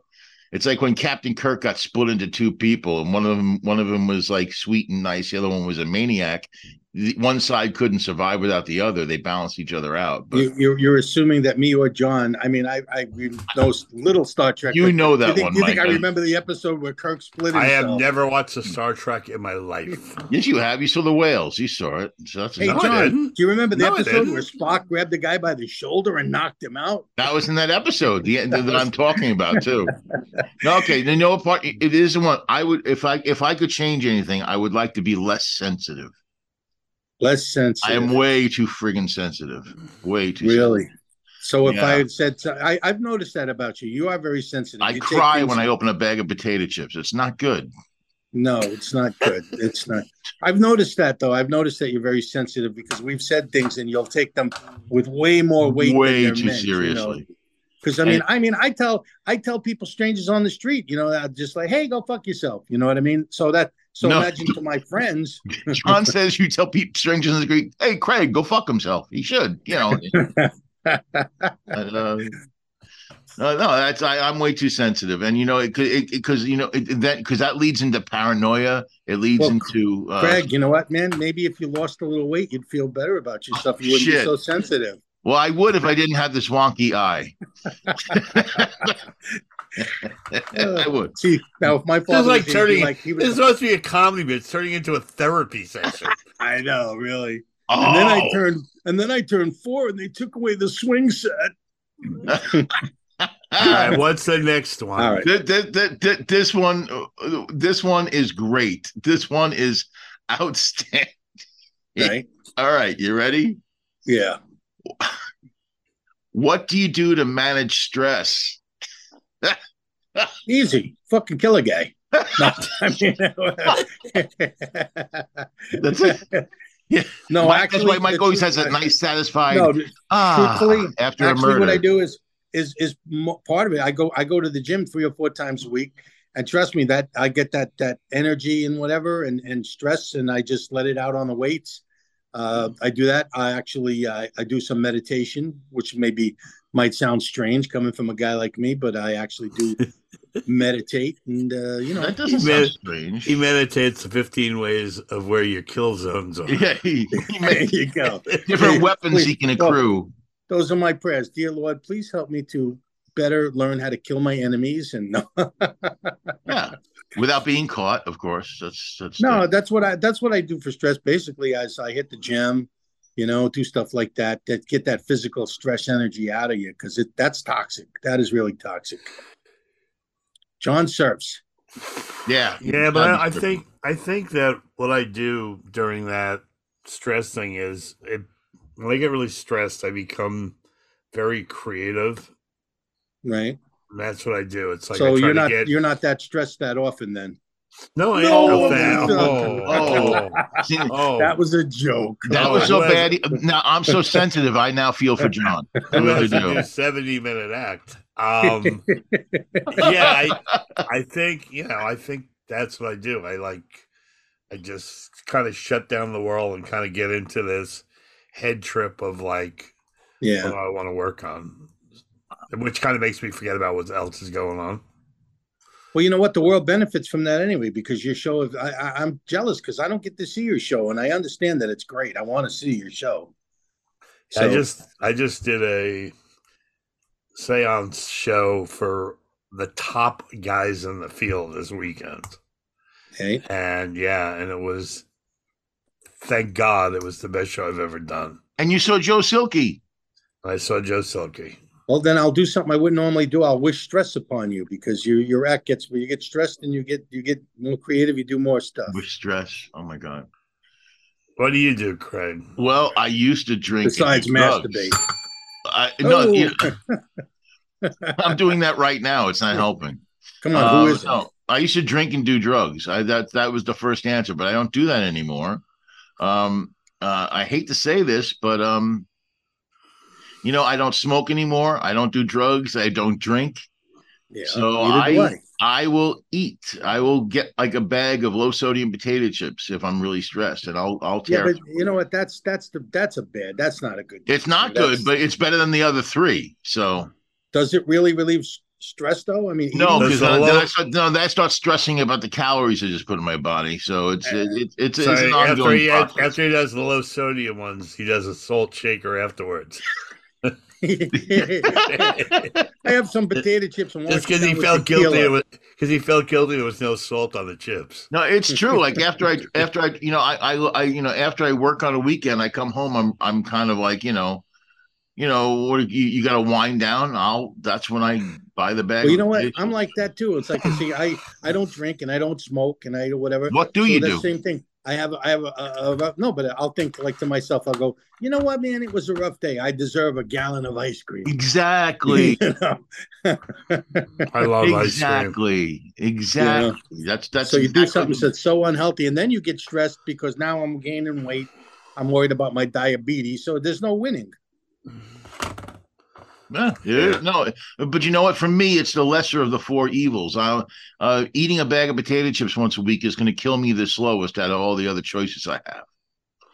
S1: it's like when Captain Kirk got split into two people, and one of them one of them was like sweet and nice, the other one was a maniac. The, one side couldn't survive without the other; they balance each other out. But
S3: you, you're you're assuming that me or John. I mean, I I we know s- little Star Trek.
S1: you
S3: but
S1: know that
S3: you think,
S1: one,
S3: you think
S1: Mike.
S3: I remember the episode where Kirk split
S2: I
S3: himself?
S2: have never watched a Star Trek in my life.
S1: Yes, you have. You saw the whales. You saw it. So that's
S3: Hey
S2: No, I
S3: John,
S2: didn't.
S3: do you remember the
S2: No, I
S3: episode
S2: didn't.
S3: where Spock grabbed the guy by the shoulder and knocked him out?
S1: That was in that episode the, that I'm talking about
S3: [laughs]
S1: too. No, okay, then you know what part it is the one I would if I if I could change anything, I would like to be less sensitive.
S3: Less sensitive.
S1: I am way too friggin' sensitive. Way too
S3: Really? So if
S1: Yeah.
S3: I had said, so- I, I've noticed that about you. You are very sensitive.
S1: sensitive. I
S3: You take
S1: cry
S3: things-
S1: when I open a bag of potato chips. It's not good.
S3: No, it's not good. It's not. I've noticed that though. I've noticed that you're very sensitive because we've said things and you'll take them with way more weight.
S1: way too seriously.
S3: Because I mean, I mean, I tell I tell people strangers on the street, you know, i just like, hey, go fuck yourself. You know what I mean? So that so
S1: No.
S3: imagine to my friends.
S1: [laughs]
S3: [laughs]
S1: John says you tell people strangers in the street, hey Craig, go fuck himself. He should, you
S3: [laughs]
S1: know. But, uh, no, no, that's I, I'm way too sensitive, and you know, it because you know it, that because that leads into paranoia. It leads
S3: Well,
S1: into uh,
S3: Craig, you know what, man? Maybe if you lost a little weight, you'd feel better about yourself. You wouldn't
S1: Shit.
S3: be so sensitive.
S1: Well, I would if I didn't have this wonky
S3: [laughs]
S1: eye. [laughs]
S3: Uh,
S1: I would.
S3: See, now if my father
S2: This is like
S3: was here, he'd be
S2: turning.
S3: like he
S2: this is
S3: was,
S2: supposed to be a comedy, but it's turning into a therapy session.
S3: I know, really.
S1: Oh,
S3: And then I turned, and then I turned four, and they took away the swing set.
S2: All right, what's the next one?
S3: All right.
S1: Oh, ah, Th- th- th- th- this one, uh, this one is great. This one is [laughs] outstanding.
S3: Right?
S1: All right, you ready?
S3: Yeah.
S1: What do you do to manage stress?
S3: Easy. Fucking kill
S1: [laughs]
S3: a guy. No, I mean, [laughs]
S1: That's it.
S3: no,
S1: Mike-
S3: actually,
S1: that's why Mike
S3: the
S1: always
S3: truth-
S1: has that nice, satisfied
S3: No,
S1: ah
S3: truthfully,
S1: after a
S3: actually
S1: murder.
S3: what i do is is is mo- part of it i go i go to the gym three or four times a week and trust me that I get that that energy and whatever and and stress and I just let it out on the weights. Uh, I do that. I actually I, I do some meditation, which maybe might sound strange coming from a guy like me, but I actually
S1: [laughs]
S3: do meditate and uh, you know
S1: That doesn't
S2: He med-
S1: sound strange.
S2: He meditates 15 ways of where your kill zones are.
S1: [laughs] Yeah, he, he
S3: [laughs] there [laughs]
S1: made
S3: you go.
S1: different
S3: Please,
S1: weapons he can
S3: please, Lord,
S1: accrue.
S3: Those are my prayers, dear Lord. Please help me to better learn how to kill my enemies and [laughs]
S1: Yeah, without being caught, of course. That's that's
S3: No, that's what I that's what I do for stress. Basically, as I hit the gym, you know, do stuff like that that get that physical stress energy out of you because it that's toxic. That is really toxic. John Serps.
S1: yeah,
S2: Yeah, but I, I think I think that what I do during that stress thing is it when I get really stressed, I become very creative.
S3: Right.
S2: And that's what I do. It's like I
S3: so
S2: try
S3: you're
S2: to
S3: not
S2: get
S3: you're not that stressed that often then.
S2: no, I
S3: No,
S2: no,
S3: I'm [laughs]
S2: oh,
S3: not.
S2: oh,
S1: See,
S2: [laughs] oh.
S3: [laughs] That was a joke.
S1: that
S2: Oh,
S1: was
S2: it
S1: so
S2: was.
S1: bad. Now I'm so sensitive. I now feel for John. I
S2: I'm
S1: really
S2: gonna do
S1: do.
S2: a 70 minute act. Um, yeah, I, I think, you know, I think that's what I do. I like, I just kind of shut down the world and kind of get into this head trip of like
S3: [laughs] Yeah.
S2: what I want to work on, which kind of makes me forget about what else is going on.
S3: Well, you know what? The world benefits from that anyway because your show. Is, I, I, I'm jealous because I don't get to see your show, and I understand that it's great. I want to see your show.
S2: I just, I just did a seance show for the top guys in the field this weekend.
S3: okay.
S2: and yeah, and it was thank God it was the best show I've ever done.
S1: And you saw Joe Silky.
S2: I saw Joe Silky.
S3: Well, then I'll do something I wouldn't normally do. I'll wish stress upon you because your your act gets you get stressed and you get you get more creative. You do more stuff.
S1: with stress. Oh my god.
S2: What do you do, Craig?
S1: Well, I used to drink. and do
S3: Besides
S1: drugs.
S3: masturbate.
S1: I, no,
S3: Oh,
S1: you- I'm doing that right now. It's
S3: [laughs]
S1: not helping.
S3: [laughs] come on, who
S1: Um,
S3: is it?
S1: no, I used to drink and do drugs. I, that that was the first answer, but I don't do that anymore. Um, uh, I hate to say this, but um, you know, I don't smoke anymore. I don't do drugs. I don't drink.
S3: Yeah,
S1: So
S3: neither do
S1: I I will eat. I will get like a bag of low sodium potato chips if I'm really stressed, and I'll I'll
S3: Yeah,
S1: tear.
S3: but you know what? That's that's the that's a bad. That's not a good.
S1: It's not
S3: That's-
S1: good, but it's better than the other three. So
S3: does it really relieve s- stress though? I mean,
S1: no,
S3: eating-
S2: There's a
S1: because then, then I
S2: lot-
S1: start, no, then I start stressing about the calories I just put in my body. So it's it, it, it's,
S2: So
S1: it's an
S2: after,
S1: ongoing
S2: he,
S1: process.
S2: after he does the low sodium ones, he does a salt shaker afterwards.
S3: [laughs] I have some potato chips and
S2: Just
S3: wash
S2: because
S3: it
S2: he
S3: down with
S2: felt guilty,
S3: tequila.
S2: because he felt guilty, there was no salt on the
S1: [laughs]
S2: chips.
S1: no, it's true. Like
S2: [laughs]
S1: after I after I you know I, I I you know after I work on a weekend, I come home. I'm I'm kind of like you know. You know, what you, you got to wind down. I'll. That's when I buy the bag.
S3: Well, you
S1: of
S3: know what?
S1: potato
S3: I'm like that too. It's like you see, I I don't drink and I don't smoke and I do whatever.
S1: What do
S3: So
S1: you
S3: that's
S1: do?
S3: Same thing. I have I have a, a, a rough, no, but I'll think like to myself. I'll go. You know what, man? It was a rough day. I deserve a gallon of ice cream.
S1: Exactly.
S3: [laughs] You know?
S2: I [laughs] love ice cream.
S1: exactly. Exactly. That's that's
S3: so you do
S1: exactly-
S3: something that's so unhealthy, and then you get stressed because now I'm gaining weight. I'm worried about my diabetes, so there's no winning.
S1: Yeah, yeah, no, but you know what? For me, it's the lesser of the four evils. I, uh, eating a bag of potato chips once a week is going to kill me the slowest out of all the other choices I have.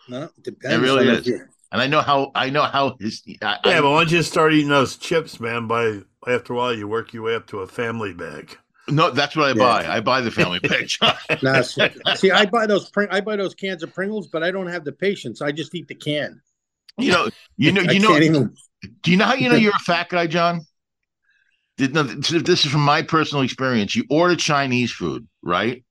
S3: No, it depends.
S1: really
S3: on if
S1: is.
S3: you're-
S1: And I know how I know how his. I, I-
S2: Yeah, but once you start eating those chips, man, by after a while, you work your way up to a family bag.
S1: no, that's what I
S3: Yeah.
S1: buy. I buy the family picture.
S3: [laughs]
S1: [laughs]
S3: Nah, so- see, I buy those Pring- I buy those cans of Pringles, but I don't have the patience. I just eat the can.
S1: you know, you know,
S3: I
S1: you know.
S3: can't even [laughs]
S1: Do you know how you know you're a fat guy, John? Did- no, th- This is from my personal experience. You order Chinese food, right?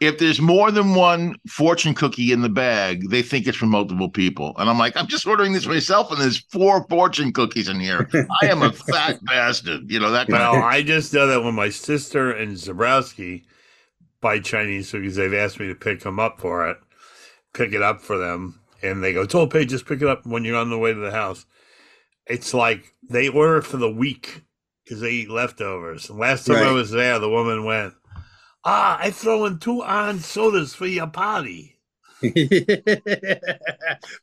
S1: If there's more than one fortune cookie in the bag, they think it's from multiple people. And I'm like, I'm just ordering this myself, and there's four fortune cookies in here. I
S2: [laughs]
S1: am a fat bastard. You know,
S3: [laughs]
S1: that kind
S2: Well,
S1: of
S2: I just know that when my sister and Zabrowski buy Chinese food because they've asked me to pick them up for it, pick it up for them, and they go, "It's all paid. Just pick it up when you're on the way to the house." It's like they order for the week because they eat leftovers. And last time I
S3: Right.
S2: was there, the woman went, "Ah, I throw in two orange sodas for your party."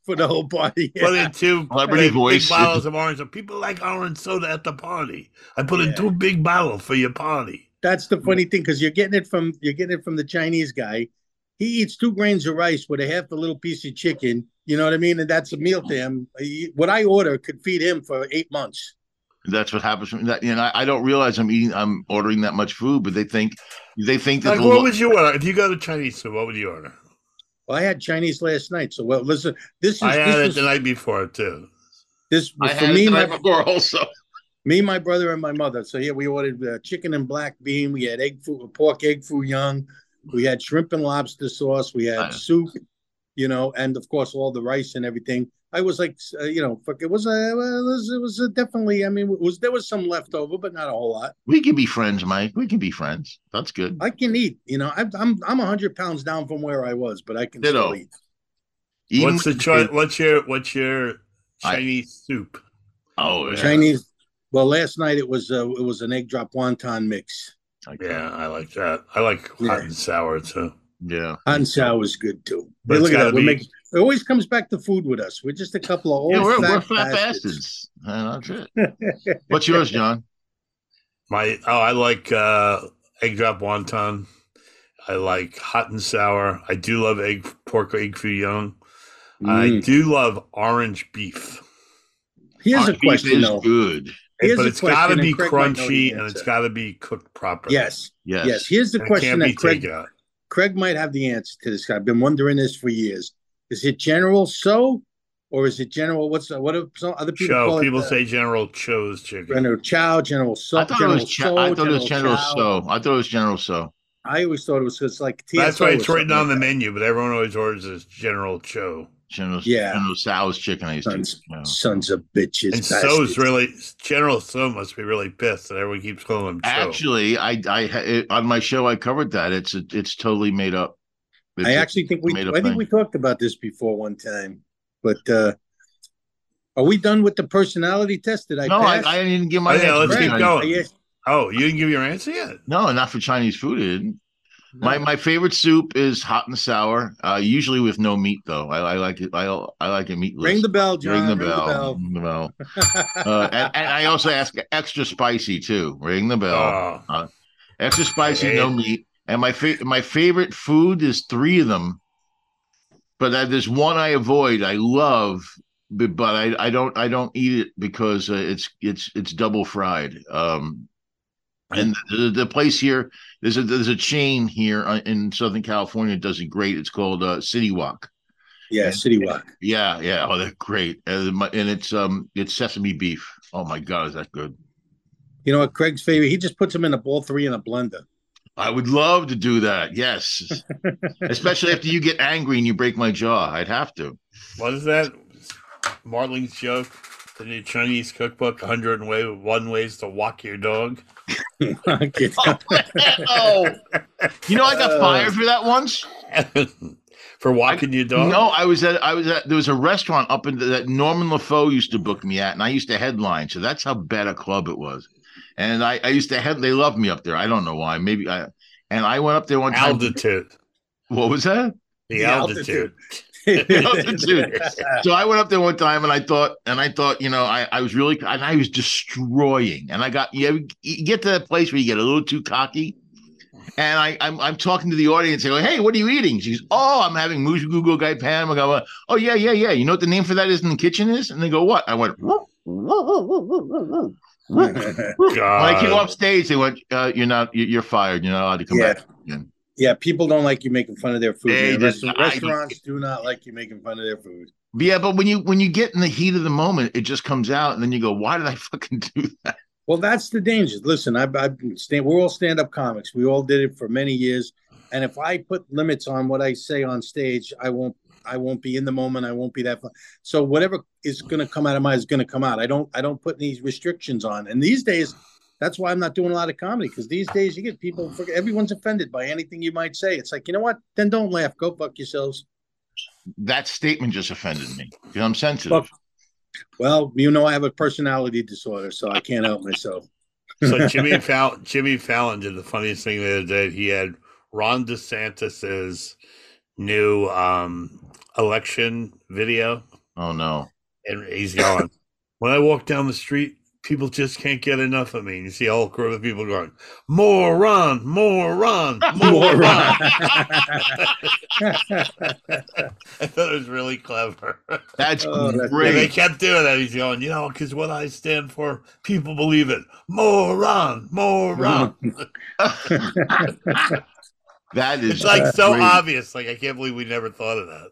S3: for the whole body.
S2: Put in two
S1: Celebrity
S2: big,
S1: voice.
S2: big bottles of orange. So people like orange soda at the party. I put in
S3: Yeah.
S2: two big bottles for your party.
S3: That's the funny thing because you're getting it from you're getting it from the Chinese guy. He eats two grains of rice with a half a little piece of chicken. You know what I mean? And that's a meal to him. He- What I order could feed him for eight months.
S1: That's what happens. to me. That, you know, I, I don't realize I'm eating. I'm ordering that much food, but they think they think that.
S2: Like,
S1: the
S2: what
S1: lo-
S2: would you order if you go to Chinese food? What would you order?
S3: Well, I had Chinese last night, so well. Listen, this is
S2: I had
S3: this
S2: it
S3: is-
S2: the night before too.
S3: This
S2: I
S3: for
S2: had it
S3: me,
S2: the
S3: my,
S2: night before also.
S3: Me, my brother, and my mother. So yeah, we ordered uh, chicken and black bean. We had egg foo, pork egg foo young. We had shrimp and lobster sauce. We had soup, you know, and of course all the rice and everything. I was like, uh, you know, fuck, it was a, it was, it was a definitely. I mean, it was there was some leftover, but not a whole lot.
S1: We can be friends, Mike. We can be friends. That's good.
S3: I can eat, you know. I, I'm I'm hundred pounds down from where I was, but I can
S2: Ditto.
S3: still eat. Even
S2: What's the
S3: with the
S2: choi-
S3: kid.
S2: What's your what's your Chinese soup? Oh, yeah.
S3: Chinese. Well, last night it was uh, it was an egg drop wonton mix.
S2: Yeah, I like that. I like hot and sour too.
S1: Yeah,
S3: hot and sour is good too.
S2: But
S3: Hey,
S2: it's
S3: look at
S2: gotta
S3: that. We're
S2: be-
S3: making, it always comes back to food with us. We're just a couple of old
S1: Yeah, we're-
S3: fat,
S1: we're fat
S3: bastards.
S1: Uh, that's it.
S3: [laughs]
S1: What's yours, John?
S2: My oh, I like uh, egg drop wonton. I like hot and sour. I do love egg pork egg foo young. I
S3: Mm.
S2: do love orange beef.
S3: Here's a question though.
S1: good.
S3: Here's
S2: but
S3: a
S2: it's got to
S3: question,
S2: be
S3: and Craig might know the
S2: crunchy and it's
S3: answer.
S2: got to be cooked properly.
S3: Yes. Yes. Here's the
S2: And it
S3: question
S2: can't be
S3: that Craig,
S2: takeout.
S3: Craig might have the answer to this. I've been wondering this for years. Is it general so, or is it general? What's what do some other people
S2: Show
S3: call
S2: people
S3: it? uh,
S2: say General Cho's chicken.
S3: General Chow, General So.
S1: I thought it
S3: general
S1: was. Ch-
S3: So,
S1: I thought it was
S3: General
S1: General
S3: Chow.
S1: So. I thought it was General So.
S3: I always thought it was it's like TSO
S2: That's why
S3: or
S2: it's written
S3: something
S2: on the
S3: like
S2: menu, but everyone always orders this General Cho.
S1: General.
S2: Yeah.
S1: General So's chicken. I used to. Yeah.
S3: Sons of bitches.
S2: And So's really General So must be really pissed that everyone keeps calling him Cho.
S1: Actually, I, I, it, on my show, I covered that. It's, it's totally made up.
S3: I actually think we I think we talked about this before one time. But uh are we done with the personality test? Did I
S1: No, I-
S3: pass?
S1: I didn't give my
S2: Oh, yeah, answer. let's keep
S3: Craig,
S2: going.
S3: I asked-
S2: Oh, you didn't give your answer yet?
S1: No, not for Chinese food. It didn't. My my favorite soup is hot and sour. Uh, usually with no meat though. I, I like it. I I like it meatless.
S3: Ring the bell,
S1: Ring
S3: John.
S1: the bell. Ring the bell.
S3: [laughs]
S1: uh, and, and I also ask extra spicy too. Ring the bell. Uh, extra spicy, no meat. And my fa- my favorite food is three of them, but uh, there's one I avoid. I love, but, but I, I don't I don't eat it because uh, it's it's it's double fried. Um, and the, the place here there's a there's a chain here uh, in Southern California that does it great. It's called uh, City Walk.
S3: Yeah, City Walk.
S1: Yeah, yeah. Oh, they're great, and, my, and it's um, it's sesame beef. Oh my god, is that good?
S3: You know what, Craig's favorite? He just puts them in a ball three in a blender. [laughs]
S1: [laughs] I would love to do that. Yes, especially after you get angry and you break my jaw. I'd have to.
S2: What is that? Marling's joke, the new Chinese cookbook, 101 Ways to Walk Your Dog. [laughs]
S1: oh, you know I got fired for that once.
S2: for walking your dog.
S1: No, I was at I was at there was a restaurant up in that Norman LaFoe used to book me at, and I used to headline. So that's how bad a club it was. And I, I used to head. They loved me up there. I don't know why. Maybe I. And I went up there one time.
S2: Altitude.
S1: What was that?
S2: The altitude.
S1: altitude. [laughs] so I went up there one time and I thought, and I thought, you know, I, I was really, and I was destroying. And I got, you, ever- you get to that place where you get a little too cocky. And I, I'm, I'm talking to the audience. I go, hey, what are you eating? She goes, oh, I'm having moose Google Guy Pan. I go, oh, yeah, yeah, yeah. You know what the name for that is in the kitchen is? And they go, what? I went, "Whoop, whoop." when I came off stage, they went, uh, you're not, you- you're fired. You're not allowed to come
S3: Yeah.
S1: back. again."
S3: Yeah, people don't like you making fun of their food.
S1: They
S3: man.
S1: just-
S3: Restaur-
S1: I-
S3: restaurants do not like you making fun of their food.
S1: But yeah, but when you when you get in the heat of the moment, it just comes out, and then you go, "Why did I [laughs] fucking do that?"
S3: Well, that's the danger. Listen, I've, I've been stand, we're all stand up comics. We all did it for many years. And if I put limits on what I say on stage, I won't. I won't be in the moment. I won't be that. Fun. So whatever is going to come out of mine is going to come out. I don't. I don't put any restrictions on. And these days, that's why I'm not doing a lot of comedy because these days you get people. Everyone's offended by anything you might say. It's like you know what? Then don't laugh. Go fuck yourselves.
S1: That statement just offended me. You know, I'm sensitive.
S3: Well, you know I have a personality disorder, so I can't help myself.
S2: So Jimmy Fallon, Jimmy Fallon did the funniest thing the other day. He had Ron DeSantis's new um, election video,
S1: Oh no!
S2: and he's going, "When I walk down the street, people just can't get enough of me. And you see a whole crew of people going, moron, moron, moron.
S3: [laughs]
S2: [laughs] I thought it was really clever.
S1: That's
S3: Uh,
S2: And
S1: great.
S2: they kept doing that. He's going, you know, because what I stand for, people believe it. Moron, moron.
S1: That is
S2: it's like so
S1: great.
S2: obvious. Like I can't believe we never thought of that.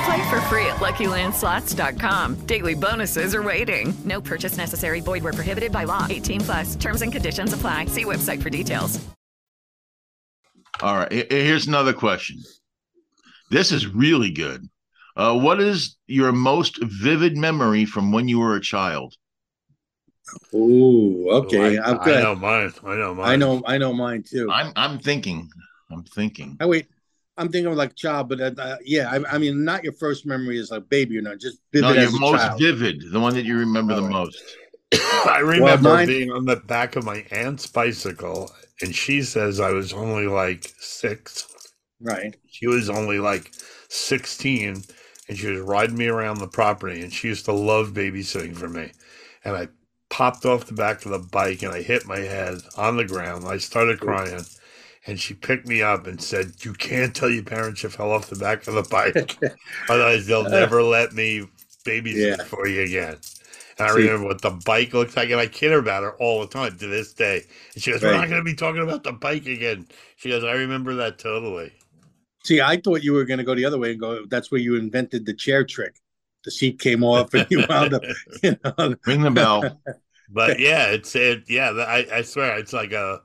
S8: Play for free at LuckyLandSlots.com. Daily bonuses are waiting. No purchase necessary. Void where prohibited by law. 18 plus. Terms and conditions apply. See website for details.
S1: All right. he- Here's another question. This is really good. Uh, what is your most vivid memory from when you were a child?
S3: Ooh, okay.
S1: I-
S3: I, am
S1: I
S3: good.
S1: know
S2: mine. I know
S3: I know. I know mine too.
S1: I'm I'm thinking. I'm thinking.
S3: I wait. I'm thinking of like child, but uh, uh, yeah, I, I mean, not your first memory as a baby or not, just
S1: no,
S3: vivid as
S1: your
S3: a
S1: most
S3: child.
S1: vivid, the one that you remember the most.
S2: [coughs] I remember
S3: mine-
S2: being on the back of my aunt's bicycle, and she says I was only like six.
S3: Right.
S2: She was only like 16, and she was riding me around the property, and she used to love babysitting for me. And I popped off the back of the bike and I hit my head on the ground. I started crying. And she picked me up and said, You can't tell your parents you fell off the back of the
S3: [laughs]
S2: bike. Otherwise, they'll never let me babysit
S3: Uh. Yeah.
S2: for you again. And I
S3: See-
S2: remember what the bike looked like. And I kid her about her all the time to this day. And she goes, We're not
S3: Right.
S2: going to be talking about the bike again. She goes, I remember that totally.
S3: See, I thought you were going to go the other way and go. That's where you invented the chair trick. The seat came [laughs] off, and you wound up. You know,
S1: Ring the
S3: [laughs]
S1: bell.
S2: But yeah, it's it. Yeah, th- I, I swear it's like a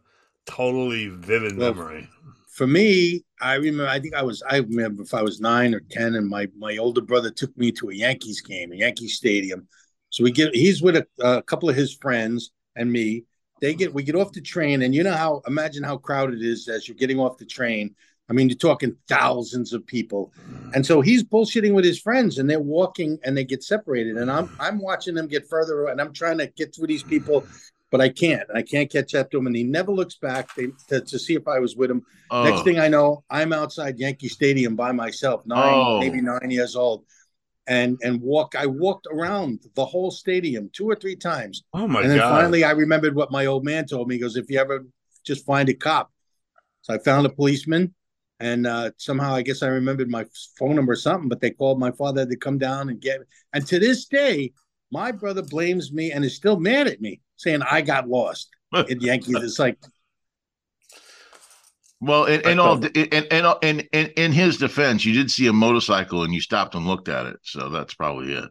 S2: totally vivid
S3: Well,
S2: memory.
S3: for me, I remember. I think I was. I remember if I was nine or ten, and my my older brother took me to a Yankees game, a Yankee Stadium. So we get. He's with a, a couple of his friends and me. They get. We get off the train, and you know how. Imagine how crowded it is as you're getting off the train. I mean, you're talking thousands of people, and so he's bullshitting with his friends, and they're walking, and they get separated, and I'm I'm watching them get further, and I'm trying to get through these people, but I can't, and I can't catch up to him, and he never looks back they, to, to see if I was with him. Next
S1: Oh.
S3: thing I know, I'm outside Yankee Stadium by myself, nine,
S1: Oh.
S3: maybe nine years old, and and walk. I walked around the whole stadium two or three times,
S2: Oh my
S3: and then
S2: god!
S3: finally I remembered what my old man told me. He goes, "If you ever just find a cop," so I found a policeman, and uh, somehow I guess I remembered my phone number or something. But they called my father to come down and get. And to this day, my brother blames me and is still mad at me, saying I got lost in Yankees. It's like
S1: Well, in, in all in in, all- in in in his defense, you did see a motorcycle and you stopped and looked at it, so that's probably it.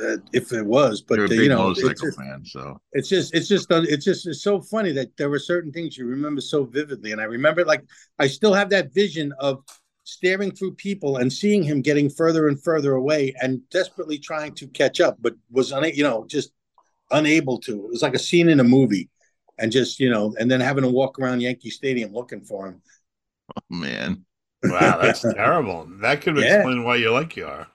S3: uh, if it was, but
S1: You're a
S3: uh,
S1: big
S3: you know, it's
S1: motorcycle
S3: just-
S1: fan, so [laughs]
S3: it's just it's just it's just it's so funny that there were certain things you remember so vividly and i remember like i still have that vision of staring through people and seeing him getting further and further away and desperately trying to catch up but was una- you know just unable to it was like a scene in a movie and just you know and then having to walk around yankee stadium looking for him
S1: man,
S2: wow,
S3: [laughs]
S2: that's terrible. That could
S3: Yeah.
S2: explain why you like you are.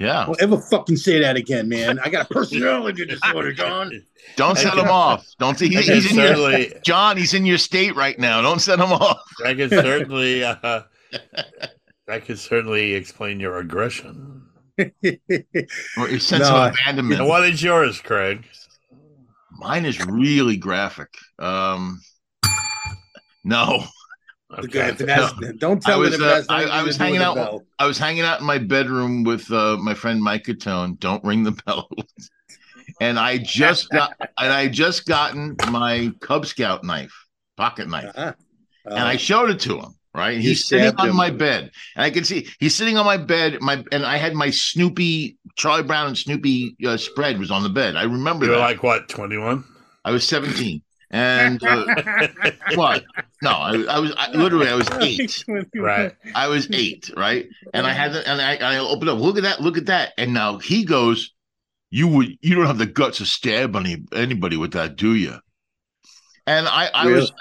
S1: yeah.
S3: don't ever fucking say that again man i got a personality
S1: [laughs]
S3: disorder john
S2: [laughs]
S1: Don't set him off. Don't he,
S2: I
S1: he's
S2: can
S1: in your,
S2: certainly-
S1: John. He's in your state right now. Don't set him
S3: [laughs]
S1: off.
S2: That could certainly uh, that could certainly explain your
S3: [laughs]
S2: aggression.
S1: Or your sense
S3: No, I-
S1: of abandonment.
S2: And what is yours, Craig?
S1: Mine is really graphic. Um, no,
S2: Okay.
S3: If it has- don't
S1: I
S3: tell me
S1: was
S3: that
S1: uh,
S3: that's
S1: I, I was hanging out. I was hanging out in my bedroom with uh, my friend Mike Catone. Don't ring the bell. and I just got and I just gotten my Cub Scout knife, pocket knife,
S3: Uh-huh.
S1: and I showed it to him. Right,
S3: Uh, You
S1: he's sitting
S3: stabbed
S1: on
S3: him.
S1: my bed, and I can see he's sitting on my bed. My and I had my Snoopy Charlie Brown and Snoopy uh, spread was on the bed. I remember
S2: You're
S1: that.
S2: like what, twenty one?
S1: I was seventeen, and uh, what? No, I, I was I, literally I was eight.
S2: Right.
S1: I was eight, right? And I had the, and I, I opened up. Look at that! Look at that! And now he goes, "You would you don't have the guts to stab any anybody with that, do you?" And I I was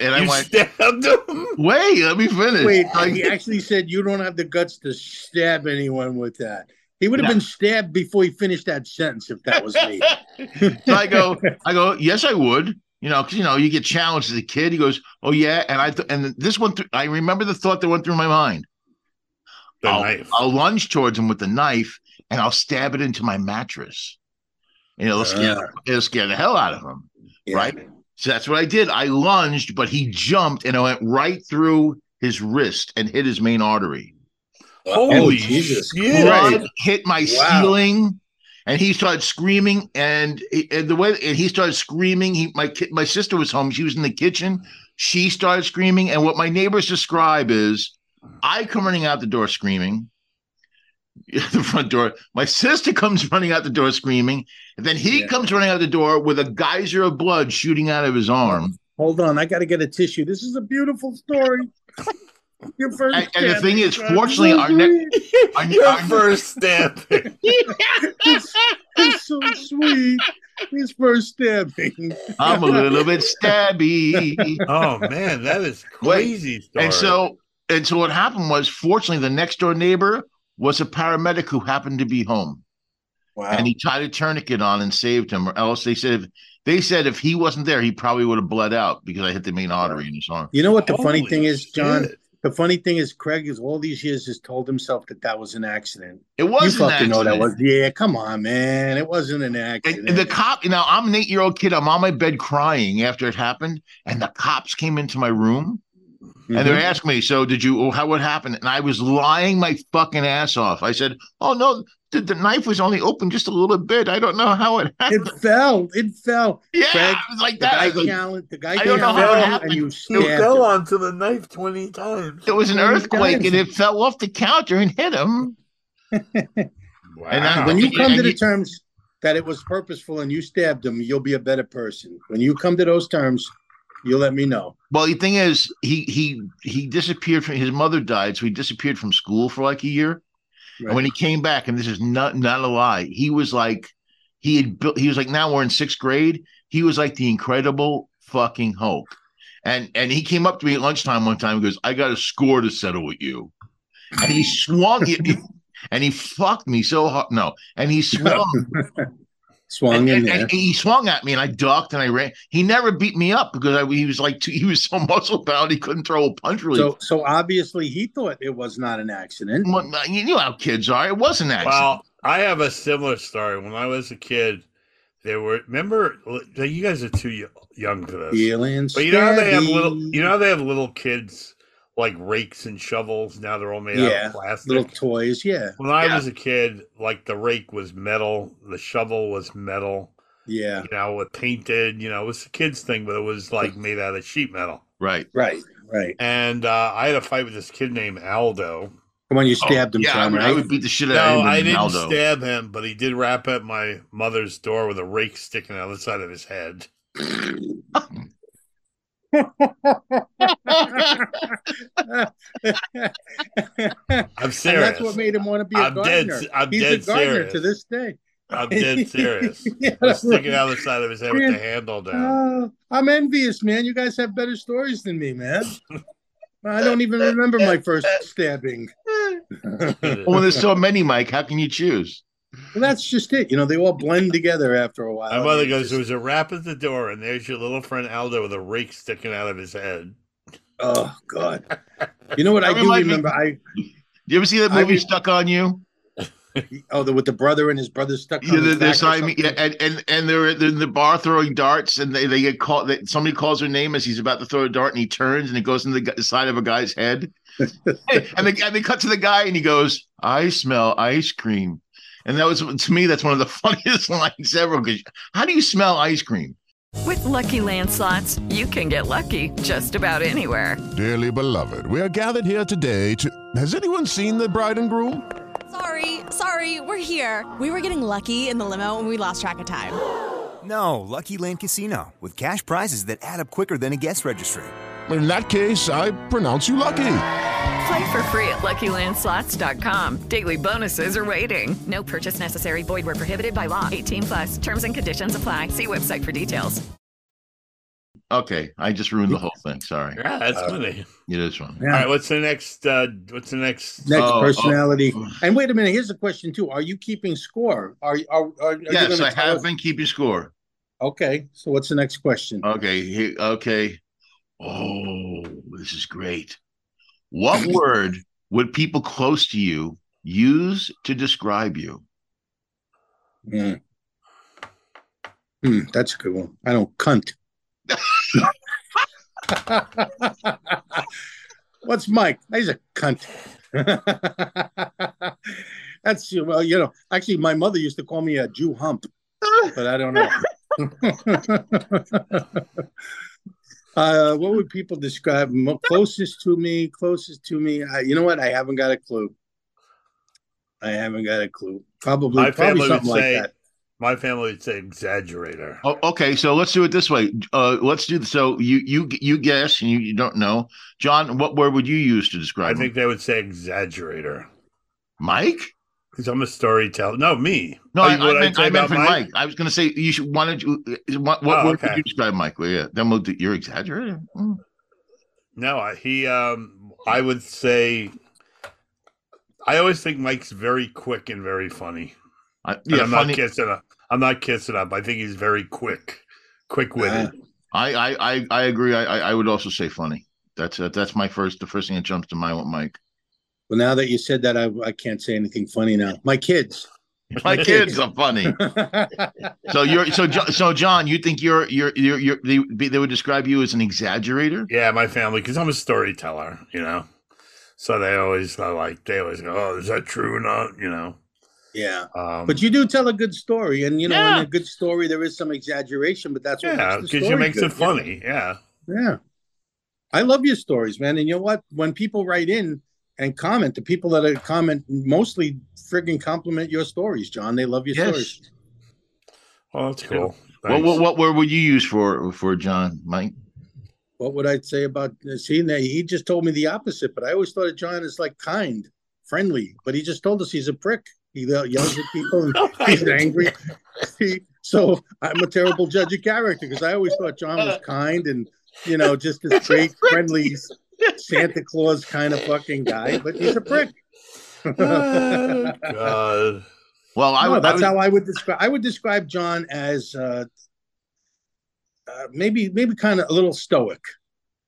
S1: and I
S3: You
S1: went
S2: stabbed him.
S1: Wait, let me finish. [laughs]
S3: Wait,
S1: Like-
S3: he actually said you don't have the guts to stab anyone with that. He would have been stabbed before he finished that sentence if that was me. [laughs]
S1: [laughs] So I go, I go, yes, I would. You know, 'cause, you know, you get challenged as a kid. He goes, oh yeah, and I th- and this one, I remember the thought that went through my mind.
S2: The
S1: I'll,
S2: knife.
S1: I'll lunge towards him with the knife, and I'll stab it into my mattress. And it'll scare,
S2: Ah.
S1: it'll scare the hell out of him, right? So that's what I did. I lunged, but he jumped, and I went right through his wrist and hit his main artery.
S2: Holy
S3: Oh,
S1: And
S2: Jesus
S1: blood
S2: Christ.
S1: Hit my
S2: Wow.
S1: ceiling, and he started screaming. And, and the way and he started screaming, he my ki- my sister was home. She was in the kitchen. She started screaming, and what my neighbors describe is I come running out the door screaming, [laughs] the front door. My sister comes running out the door screaming, and then he comes running out the door with a geyser of blood shooting out of
S2: [laughs]
S1: his arm.
S3: Hold on, I got to get a tissue. This is a beautiful story. Your first
S1: And, and the
S3: stab,
S1: thing is,
S3: John.
S1: fortunately, our, ne- our,
S2: Your
S1: our
S2: first stab.
S3: it's, it's so sweet. His first stabbing.
S1: I'm a little bit stabby.
S2: Oh man, that is
S1: Wait.
S2: crazy. Story.
S1: And so, and so, what happened was, fortunately, the next door neighbor was a paramedic who happened to be home,
S3: Wow.
S1: and he tied a tourniquet on and saved him. Or else, they said if they said if he wasn't there, he probably would have bled out because I hit the main artery in his arm.
S3: You know what the funny
S2: Holy
S3: thing is, John?
S2: shit.
S3: The funny thing is, Craig is all these years has told himself that that was an accident.
S1: It was
S3: you
S1: an
S3: fucking know that was.
S1: accident.
S3: Yeah, come on, man. It wasn't an accident.
S1: And, and the cop, now I'm an eight year old kid. I'm on my bed crying after it happened, and the cops came into my room and
S3: Mm-hmm.
S1: they're asking me, "So did you? oh, How what happened?" And I was lying my fucking ass off. I said, "Oh no, the, the knife was only open just a little bit. I don't know how it
S2: [laughs]
S1: happened."
S3: it fell. It fell.
S1: Yeah,
S3: Craig,
S1: I was like
S3: the
S1: that. I
S3: guy
S1: was like,
S3: challenged. The guy
S1: I don't know how it
S3: challenged
S1: happened.
S3: And you
S2: you
S3: stabbed
S2: fell
S3: him.
S2: onto the knife twenty times.
S1: there was an
S3: Well, you
S1: earthquake
S3: guys-
S1: and it fell off the counter and hit him.
S2: Wow.
S1: And I-
S3: When you come
S1: And
S3: to the
S1: you-
S3: terms that it was purposeful and you stabbed him, you'll be a better person. When you come to those terms, you let me know.
S1: Well, the thing is, he he he disappeared from his mother died, so he disappeared from school for like a year. And when he came back, and this is not not a lie, he was like he had built. He was like now we're in sixth grade. He was like the Incredible fucking Hulk. And and he came up to me at lunchtime one time. and goes, "I got a score to settle with you." And he swung [laughs] it, and he fucked me so hard. No, and he [laughs] swung
S3: Swung
S1: and,
S3: in
S1: and-
S3: there.
S1: and he swung at me, and I ducked and I ran. He never beat me up because I, he was like [laughs] too, he was so muscle bound he couldn't throw a punch really.
S3: So, so obviously he thought it was not an accident.
S1: you knew how kids are. It was an accident.
S2: Well, I have a similar story. When I was a kid, there were remember you guys are too yo- young for this.
S3: Feeling
S2: But you know how they have little
S3: stabby.
S2: you know how they have little kids like rakes and shovels now they're all made out
S3: Yeah,
S2: of plastic.
S3: little toys. Yeah,
S2: when I
S1: Yeah.
S2: was a kid, like the rake was metal, the shovel was metal,
S3: yeah,
S2: you know, it painted, you know, it was a kid's thing, but it was like made out of sheet metal.
S1: right.
S3: right, right.
S2: And uh, I had a fight with this kid named Aldo.
S3: Come on,
S2: Oh,
S3: you stabbed him,
S1: oh, yeah, I
S3: John,
S1: would, I
S3: right?
S1: would beat the shit out
S2: No,
S1: of him.
S2: I
S1: and
S2: didn't
S1: Aldo.
S2: stab him, but he did rap at my mother's door with a rake sticking out of the side of his head.
S3: [laughs]
S2: I'm
S3: And
S2: serious.
S3: that's what made him want to be a
S2: I'm dead
S3: gardener.
S2: se- I'm
S3: He's
S2: dead
S3: a gardener
S2: serious.
S3: to this day.
S2: I'm dead
S3: [laughs]
S2: serious.
S3: Yeah,
S2: It was sticking out of the side of his head with the
S3: Yeah.
S2: handle down.
S3: Oh, I'm envious, man. You guys have better stories than me, man. I don't even remember my first stabbing. Uh,
S2: [laughs]
S1: Well, when Oh, there's so many, Mike, how can you choose?
S3: Well, that's just it. You know, they all blend together after a while.
S2: My mother goes,
S3: It's
S2: There was
S3: just-
S2: a rap at the door, and there's your little friend Aldo with a rake sticking out of his head.
S3: "Oh
S2: [laughs]
S3: God." You know what I
S1: That
S3: do
S1: reminds me-
S3: remember? I
S1: You ever see that
S3: I
S1: movie
S3: mean-
S1: Stuck on You?
S3: oh, the, with the brother and his brother stuck.
S1: Yeah,
S3: on
S1: they're,
S3: his
S1: they're
S3: back or
S1: Siamese- yeah,
S3: something?
S1: and, and and they're, they're in the bar throwing darts, and they, they get called. They, somebody calls their name as he's about to throw a dart, and he turns and it goes in the gu- side of a guy's
S3: [laughs]
S1: head. and, they, and they cut to the guy, and he goes, "I smell ice cream," and that was to me that's one of the [laughs] funniest lines ever. Because how do you smell ice cream?
S8: With Lucky Land slots, you can get lucky just about anywhere.
S9: Dearly beloved, we are gathered here today to. Has anyone seen the bride and groom?
S10: Sorry, sorry, we're here. We were getting lucky in the limo and we lost track of time.
S11: No, Lucky Land Casino with cash prizes that add up quicker than a guest registry.
S9: In that case, I pronounce you lucky.
S8: Play for free at LuckyLandSlots.com. Daily bonuses are waiting. No purchase necessary. Void were prohibited by law. 18 plus. Terms and conditions apply. See website for details.
S1: Okay, I just ruined the whole thing. Sorry.
S2: Yeah, that's funny.
S1: It is funny.
S2: Uh, All right, what's the next? Uh, what's the next?
S3: Next
S1: Oh, oh.
S3: personality. And wait a minute, here's a question too. Are you keeping score? Are are, are, are you
S1: Yes,
S3: gonna
S1: I
S3: tell
S1: have
S3: us-
S1: been keeping score.
S3: Okay, so what's the next question?
S1: Okay, he, okay. Oh, this is great.
S2: [clears throat]
S1: What word would people close to you use to describe you?
S3: Hmm. Hmm, that's a good one. I don't
S2: [laughs]
S3: cunt. What's Mike? He's a cunt. [laughs] that's well, you know. Actually, my mother used to call me a Jew hump, but I don't know. [laughs] uh, what would people describe mo- closest to me? Closest to me? I, you know what? I haven't got a clue. I haven't got a clue. Probably,
S2: My
S3: probably
S2: family would
S3: something like
S2: say.
S3: that.
S2: my family would say exaggerator.
S1: Oh, okay, so let's do it this way. Uh, let's do so. You you you guess, and you, you don't know, John. What word would you use to
S2: I
S1: describe? me?
S2: think they would say exaggerator
S1: Mike.
S2: because I'm a storyteller. No, me.
S1: No,
S2: Oh,
S1: I,
S2: what
S1: I, meant,
S2: say
S1: I meant
S2: about
S1: for Mike? I was going to say you should. Why don't you? uh, What, what
S2: Oh,
S1: word
S2: okay.
S1: would you describe Mike? Well, yeah, then we'll do. You're exaggerating. Mm.
S2: No, I- he. Um, I would say. I always think Mike's very quick and very funny.
S1: I,
S2: And
S1: yeah,
S2: I'm
S1: funny.
S2: not kissing up. I'm not kissing up. I think he's very quick, quick witted.
S1: Uh-huh. I, I I I agree. I I I would also say funny. That's uh, that's my first. The first thing that jumps to mind with Mike.
S3: Well, now that you said that, I, I can't say anything funny now. My kids.
S2: [laughs]
S1: My kids are funny. So you're so Jo- so John. You think you're you're you're, you're they, they would describe you as an exaggerator?
S2: yeah, my family, because I'm a storyteller, you know. So they always are like they always go, "Oh, is that true or not?" You know.
S3: yeah.
S2: Um,
S3: But you do tell a good story, and you know,
S2: Yeah.
S3: in a good story, there is some exaggeration, but that's what
S2: yeah,
S3: makes the
S2: because
S3: story
S2: it makes
S3: good,
S2: it
S3: you know?
S2: funny. Yeah.
S3: Yeah. I love your stories, man. And you know what? When people write in and comment, the people that are comment mostly friggin' compliment your stories, John. They love your
S1: Yes.
S3: stories.
S2: Well, Oh, that's cool.
S1: What,
S2: Thanks.
S1: what what word would you use for for John Mike?
S3: What would I say about see now he just told me the opposite, but I always thought of John as like kind, friendly, but he just told us he's a prick. He yell- yells at people and he's angry. [laughs] He- so I'm a terrible judge of character because I always thought John was kind and you know just this great friendly Santa Claus kind of fucking guy, but he's a prick.
S2: Oh, [laughs] God.
S1: Well, I
S3: No,
S1: would. I
S3: that's
S1: would-
S3: how I would describe. I would describe John as uh, uh, maybe maybe kind of a little stoic,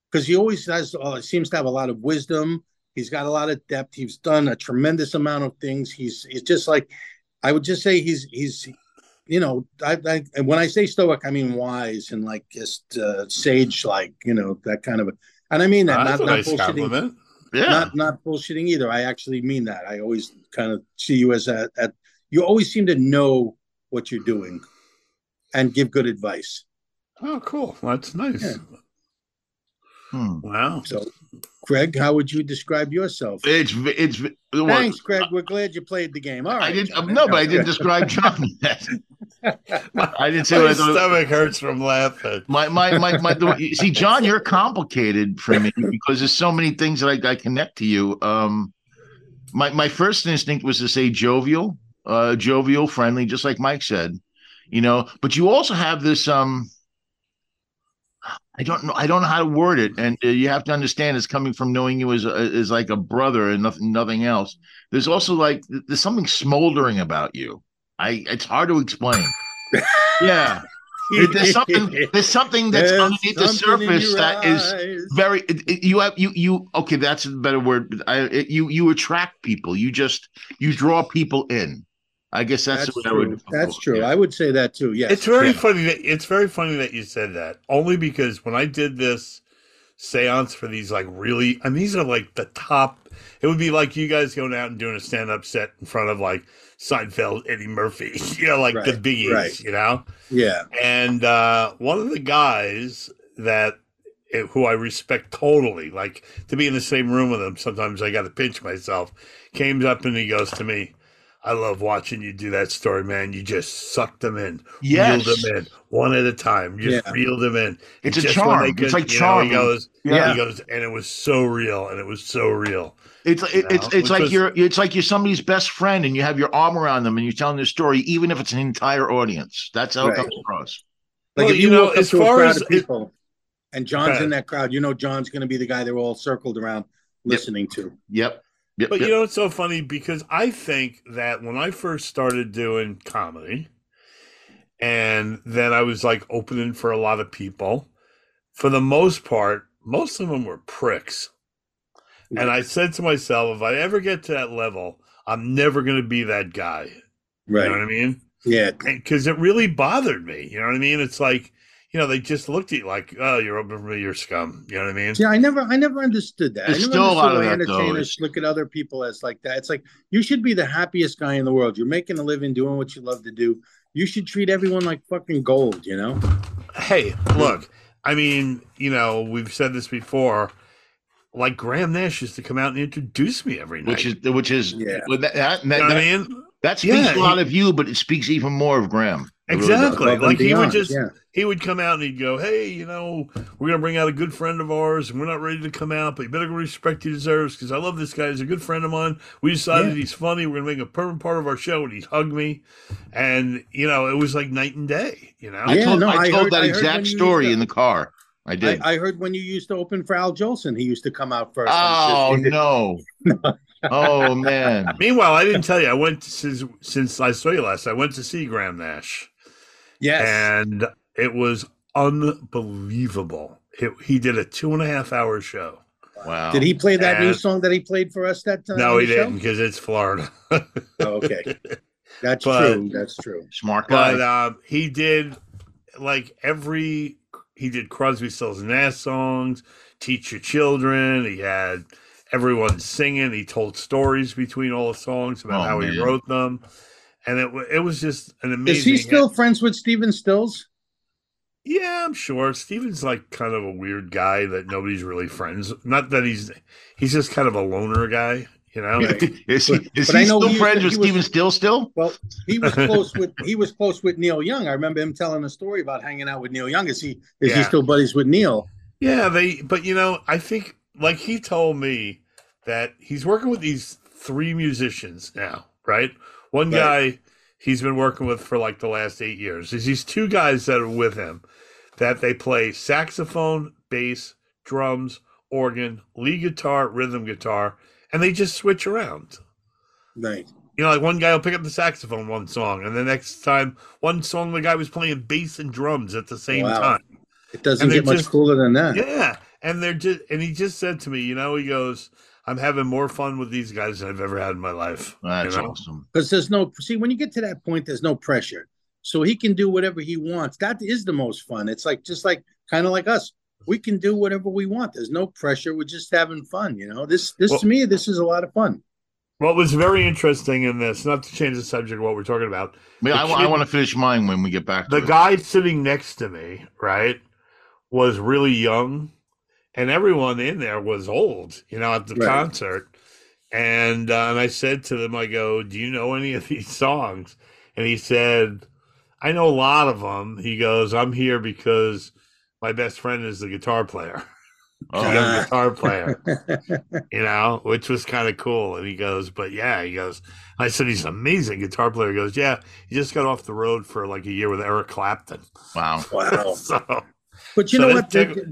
S3: because he always has uh, seems to have a lot of wisdom. He's got a lot of depth. He's done a tremendous amount of things. He's he's just like I would just say he's he's you know I, I and when I say stoic I mean wise and like just uh, sage like you know that kind of a, and I mean
S1: Ah,
S3: that
S2: That's a
S3: not, not
S2: nice
S3: bullshitting
S2: compliment.
S1: yeah.
S3: not not bullshitting either. I actually mean that. I always kind of see you as a, a you always seem to know what you're doing and give good advice.
S2: Oh, cool. That's nice.
S3: Yeah.
S1: Hmm.
S2: Wow.
S3: So, Greg, how would you describe yourself?
S1: It's v- it's v- well,
S3: Thanks, Greg. We're glad you played the game. All right.
S1: I didn't. um,
S3: John.
S1: no, but I did describe John.
S3: [laughs]
S1: I didn't say what
S2: My
S1: I thought.
S2: stomach hurts from laughing.
S1: [laughs] My my my my. The, you see, John, you're complicated for me because there's so many things that I, I connect to you. Um, my my first instinct was to say jovial, uh, jovial, friendly, just like Mike said, you know. But you also have this um. I don't know. I don't know how to word it, and uh, you have to understand it's coming from knowing you as a, as like a brother and nothing nothing else. There's also like th- there's something smoldering about you. I it's hard to explain. yeah. There- there's
S3: [laughs]
S1: something there's something that's
S3: There's
S1: underneath the
S3: something in
S1: surface
S3: your
S1: that is
S3: eyes.
S1: very it- it- you have you you okay that's a better word I, it, you you attract people you just you draw people in i guess that's,
S3: That's,
S1: what i
S3: true.
S1: would
S3: That's true.
S1: yeah.
S3: I would say that too. Yes.
S2: It's very
S1: Yeah.
S2: funny that it's very funny that you said that. Only because when I did this seance for these like really and these are like the top it would be like you guys going out and doing a stand-up set in front of like Seinfeld, Eddie Murphy, [laughs] you know, like the
S3: Right,
S2: biggies,
S3: right.
S2: you know?
S3: yeah.
S2: and uh, one of the guys that eh, who I respect totally, like to be in the same room with him. Sometimes I got to pinch myself. Came up and he goes to me, "I love watching you do that story, man. You just suck them in,
S1: Yes.
S2: reel them in one at a time. You just
S3: Yeah.
S2: reel them in.
S1: It's
S2: And
S1: a
S2: just when
S1: charm.
S2: they
S1: It's like
S2: you
S1: charming.
S2: He goes,
S1: Yeah.
S2: He goes, and it was so real, and it was so real.
S1: it's it, it's
S2: know,
S1: it's like
S2: because-
S1: you're it's like you're somebody's best friend and you have your arm around them and you're telling their story even if it's an entire audience that's how
S3: Right.
S1: it comes across
S3: Like
S2: Well,
S3: if
S2: you
S3: you
S2: know,
S3: walk up
S2: as
S3: to a
S2: far
S3: crowd
S2: as
S3: of
S2: it-
S3: people And John's
S2: Okay.
S3: in that crowd. You know, John's going to be the guy they're all circled around listening to.
S1: Yep.
S2: but you know it's so funny because I think that when I first started doing comedy, and then I was like opening for a lot of people, for the most part, most of them were pricks. And I said to myself, if I ever get to that level, I'm never going to be that guy. You
S3: Right.
S2: know what I mean?
S3: Yeah.
S2: Because it really bothered me. You know what I mean? It's like, you know, they just looked at you like, oh, you're open for me, you're scum. You know what I mean?
S3: Yeah, I never, I never understood that.
S2: There's
S3: I never
S2: still a lot
S3: understood
S2: of
S3: why
S2: that, though.
S3: entertainers look at other people as like that. It's like you should be the happiest guy in the world. You're making a living doing what you love to do. You should treat everyone like fucking gold. You know?
S2: Hey, look, I mean, you know, we've said this before. Like Graham Nash used to come out and introduce me every night,
S1: Which is which is yeah. That, that, that,
S2: You know what I
S1: that-
S2: mean?
S1: that speaks
S2: Yeah,
S1: a lot
S2: he-
S1: of you, but it speaks even more of Graham. It really does.
S2: Exactly. like he would just he would come out and he'd go, "Hey, you know, we're gonna bring out a good friend of ours, and we're not ready to come out, but you better go respect he deserves because I love this guy. He's a good friend of mine. We decided
S3: Yeah.
S2: he's funny. We're gonna make a permanent part of our show." And he'd hug me, and you know, it was like night and day. You know,
S1: I told, I told
S3: heard-
S1: that
S3: I heard when
S1: exact
S3: you
S1: story
S3: used
S1: in the car. I did.
S3: I, I heard when you used to open for Al Jolson, he used to come out first.
S1: oh no!
S3: [laughs]
S1: oh man!
S2: Meanwhile, I didn't tell you. I went to, since since I saw you last. I went to see Graham Nash.
S3: Yes,
S2: and it was unbelievable. It, he did a two and a half hour show.
S1: Wow!
S3: Did he play that new
S2: And-
S3: song that he played for us that time?
S2: No,
S3: on
S2: he
S3: the show? Oh,
S2: didn't because it's Florida. [laughs]
S3: okay, that's
S2: But-
S3: true. That's true.
S1: Smart guy. [laughs]
S3: uh,
S2: But um, he did like every he did Crosby, Stills, and Nash songs. Teach your children. He had everyone singing. He told stories between all the songs about
S1: Oh,
S2: how he
S1: man.
S2: wrote them, and it wa- it was just an amazing.
S3: Is he still friends with Steven Stills?
S2: Yeah, I'm sure. Steven's like kind of a weird guy that nobody's really friends. Not that he's he's just kind of a loner guy, you know.
S1: is he, is
S3: but I
S1: he
S3: know
S1: still
S3: he was-
S1: friends with
S3: he was-
S1: Steven Still? Still?
S3: Well,
S2: [laughs]
S3: he was close with he was close with Neil Young. I remember him telling a story about hanging out with Neil Young. Is he is he
S2: Yeah.
S3: still buddies with Neil?
S2: [laughs] Yeah, they but you know, I think like he told me that he's working with these three musicians now, right? One
S3: Right.
S2: guy he's been working with for like the last 8 years. There's these two guys that are with him that they play saxophone, bass, drums, organ, lead guitar, rhythm guitar, and they just switch around.
S3: Right.
S2: You know, like one guy will pick up the saxophone one song, and the next time, one song the guy was playing bass and drums at the same
S3: Wow.
S2: time.
S3: It doesn't
S2: And
S3: get
S2: they're
S3: much
S2: just-
S3: cooler than that.
S2: Yeah, and they're just and he just said to me, you know, he goes, "I'm having more fun with these guys than I've ever had in my life."
S1: That's
S2: you know?
S1: awesome.
S3: Because there's no see when you get to that point, there's no pressure. So he can do whatever he wants. That is the most fun. It's like just like kind of like us. We can do whatever we want. There's no pressure. We're just having fun. You know, this this
S2: Well-
S3: to me, this is a lot of fun.
S2: What was very interesting in this, not to change the subject of what we're talking about,
S1: I, mean,
S2: The
S1: I, wa- I
S2: kid-
S1: want to finish mine when we get back to
S2: the
S1: it.
S2: guy sitting next to me, right, was really young, and everyone in there was old, you know, at the
S3: Right.
S2: concert. And uh, and I said to them, I go, "Do you know any of [laughs] these songs?" And he said, "I know a lot of them." He goes, "I'm here because my best friend is the guitar player."
S1: Oh.
S2: He's a guitar player, you know, which was kind of cool. And he goes, but yeah, he goes, I said, he's an amazing guitar player. He goes, yeah, he just got off the road for like a year with Eric Clapton. [laughs]
S1: Wow.
S3: Wow.
S2: so,
S3: But you
S2: So
S3: know
S2: that
S3: what? The,
S2: tickle-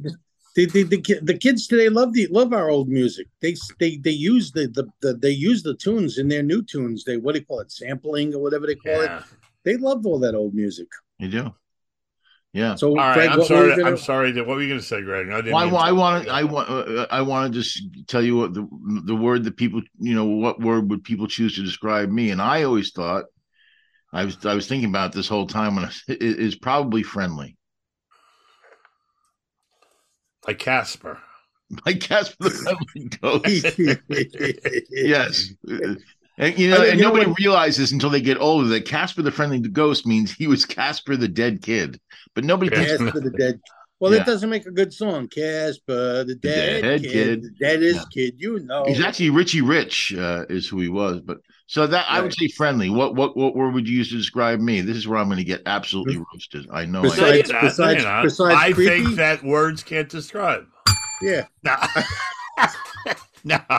S3: the, the, the, ki- the kids today love the love our old music. They s- they they use the, the, the they use the tunes in their new tunes. They what do you call it? Sampling or whatever they call
S2: yeah.
S3: it. They love all that old music.
S1: You do. Yeah.
S3: So
S2: All right.
S3: Greg,
S2: I'm
S3: what were you
S2: sorry.
S3: gonna-
S2: I'm sorry. That, what were you going to say, Greg? I didn't.
S1: Why?
S2: mean
S1: why I
S2: to-
S1: want to. I want. Uh, I want to just tell you what the the word that people. You know, what word would people choose to describe me? And I always thought, I was I was thinking about this whole time when I, was- i- is probably friendly. [laughs]
S2: Like Casper.
S1: I guess
S3: [laughs]
S1: for the friendly ghost.
S2: [laughs]
S1: yes. Uh, And you know,
S3: I mean,
S1: and
S3: you know
S1: nobody
S3: what-
S1: realizes until they get older that Casper the Friendly Ghost means he was Casper the Dead Kid, but nobody thinks
S3: Casper the Dead. Well,
S1: Yeah.
S3: it doesn't make a good song. Casper the Dead,
S1: dead
S3: kid,
S1: kid.
S3: the deadest
S1: Yeah.
S3: kid. You know.
S1: He's actually Richie Rich uh, is who he was, but so that I would say friendly. What what what word would you use to describe me? This is where I'm going to get absolutely roasted. I know. I,
S2: No, you're
S3: [laughs] Besides-
S2: not. No,
S3: besides-
S2: you're not.
S3: besides
S2: I
S3: creepy?
S2: think [laughs]
S3: [laughs]
S2: that words can't describe.
S3: Yeah.
S2: [laughs] No. no.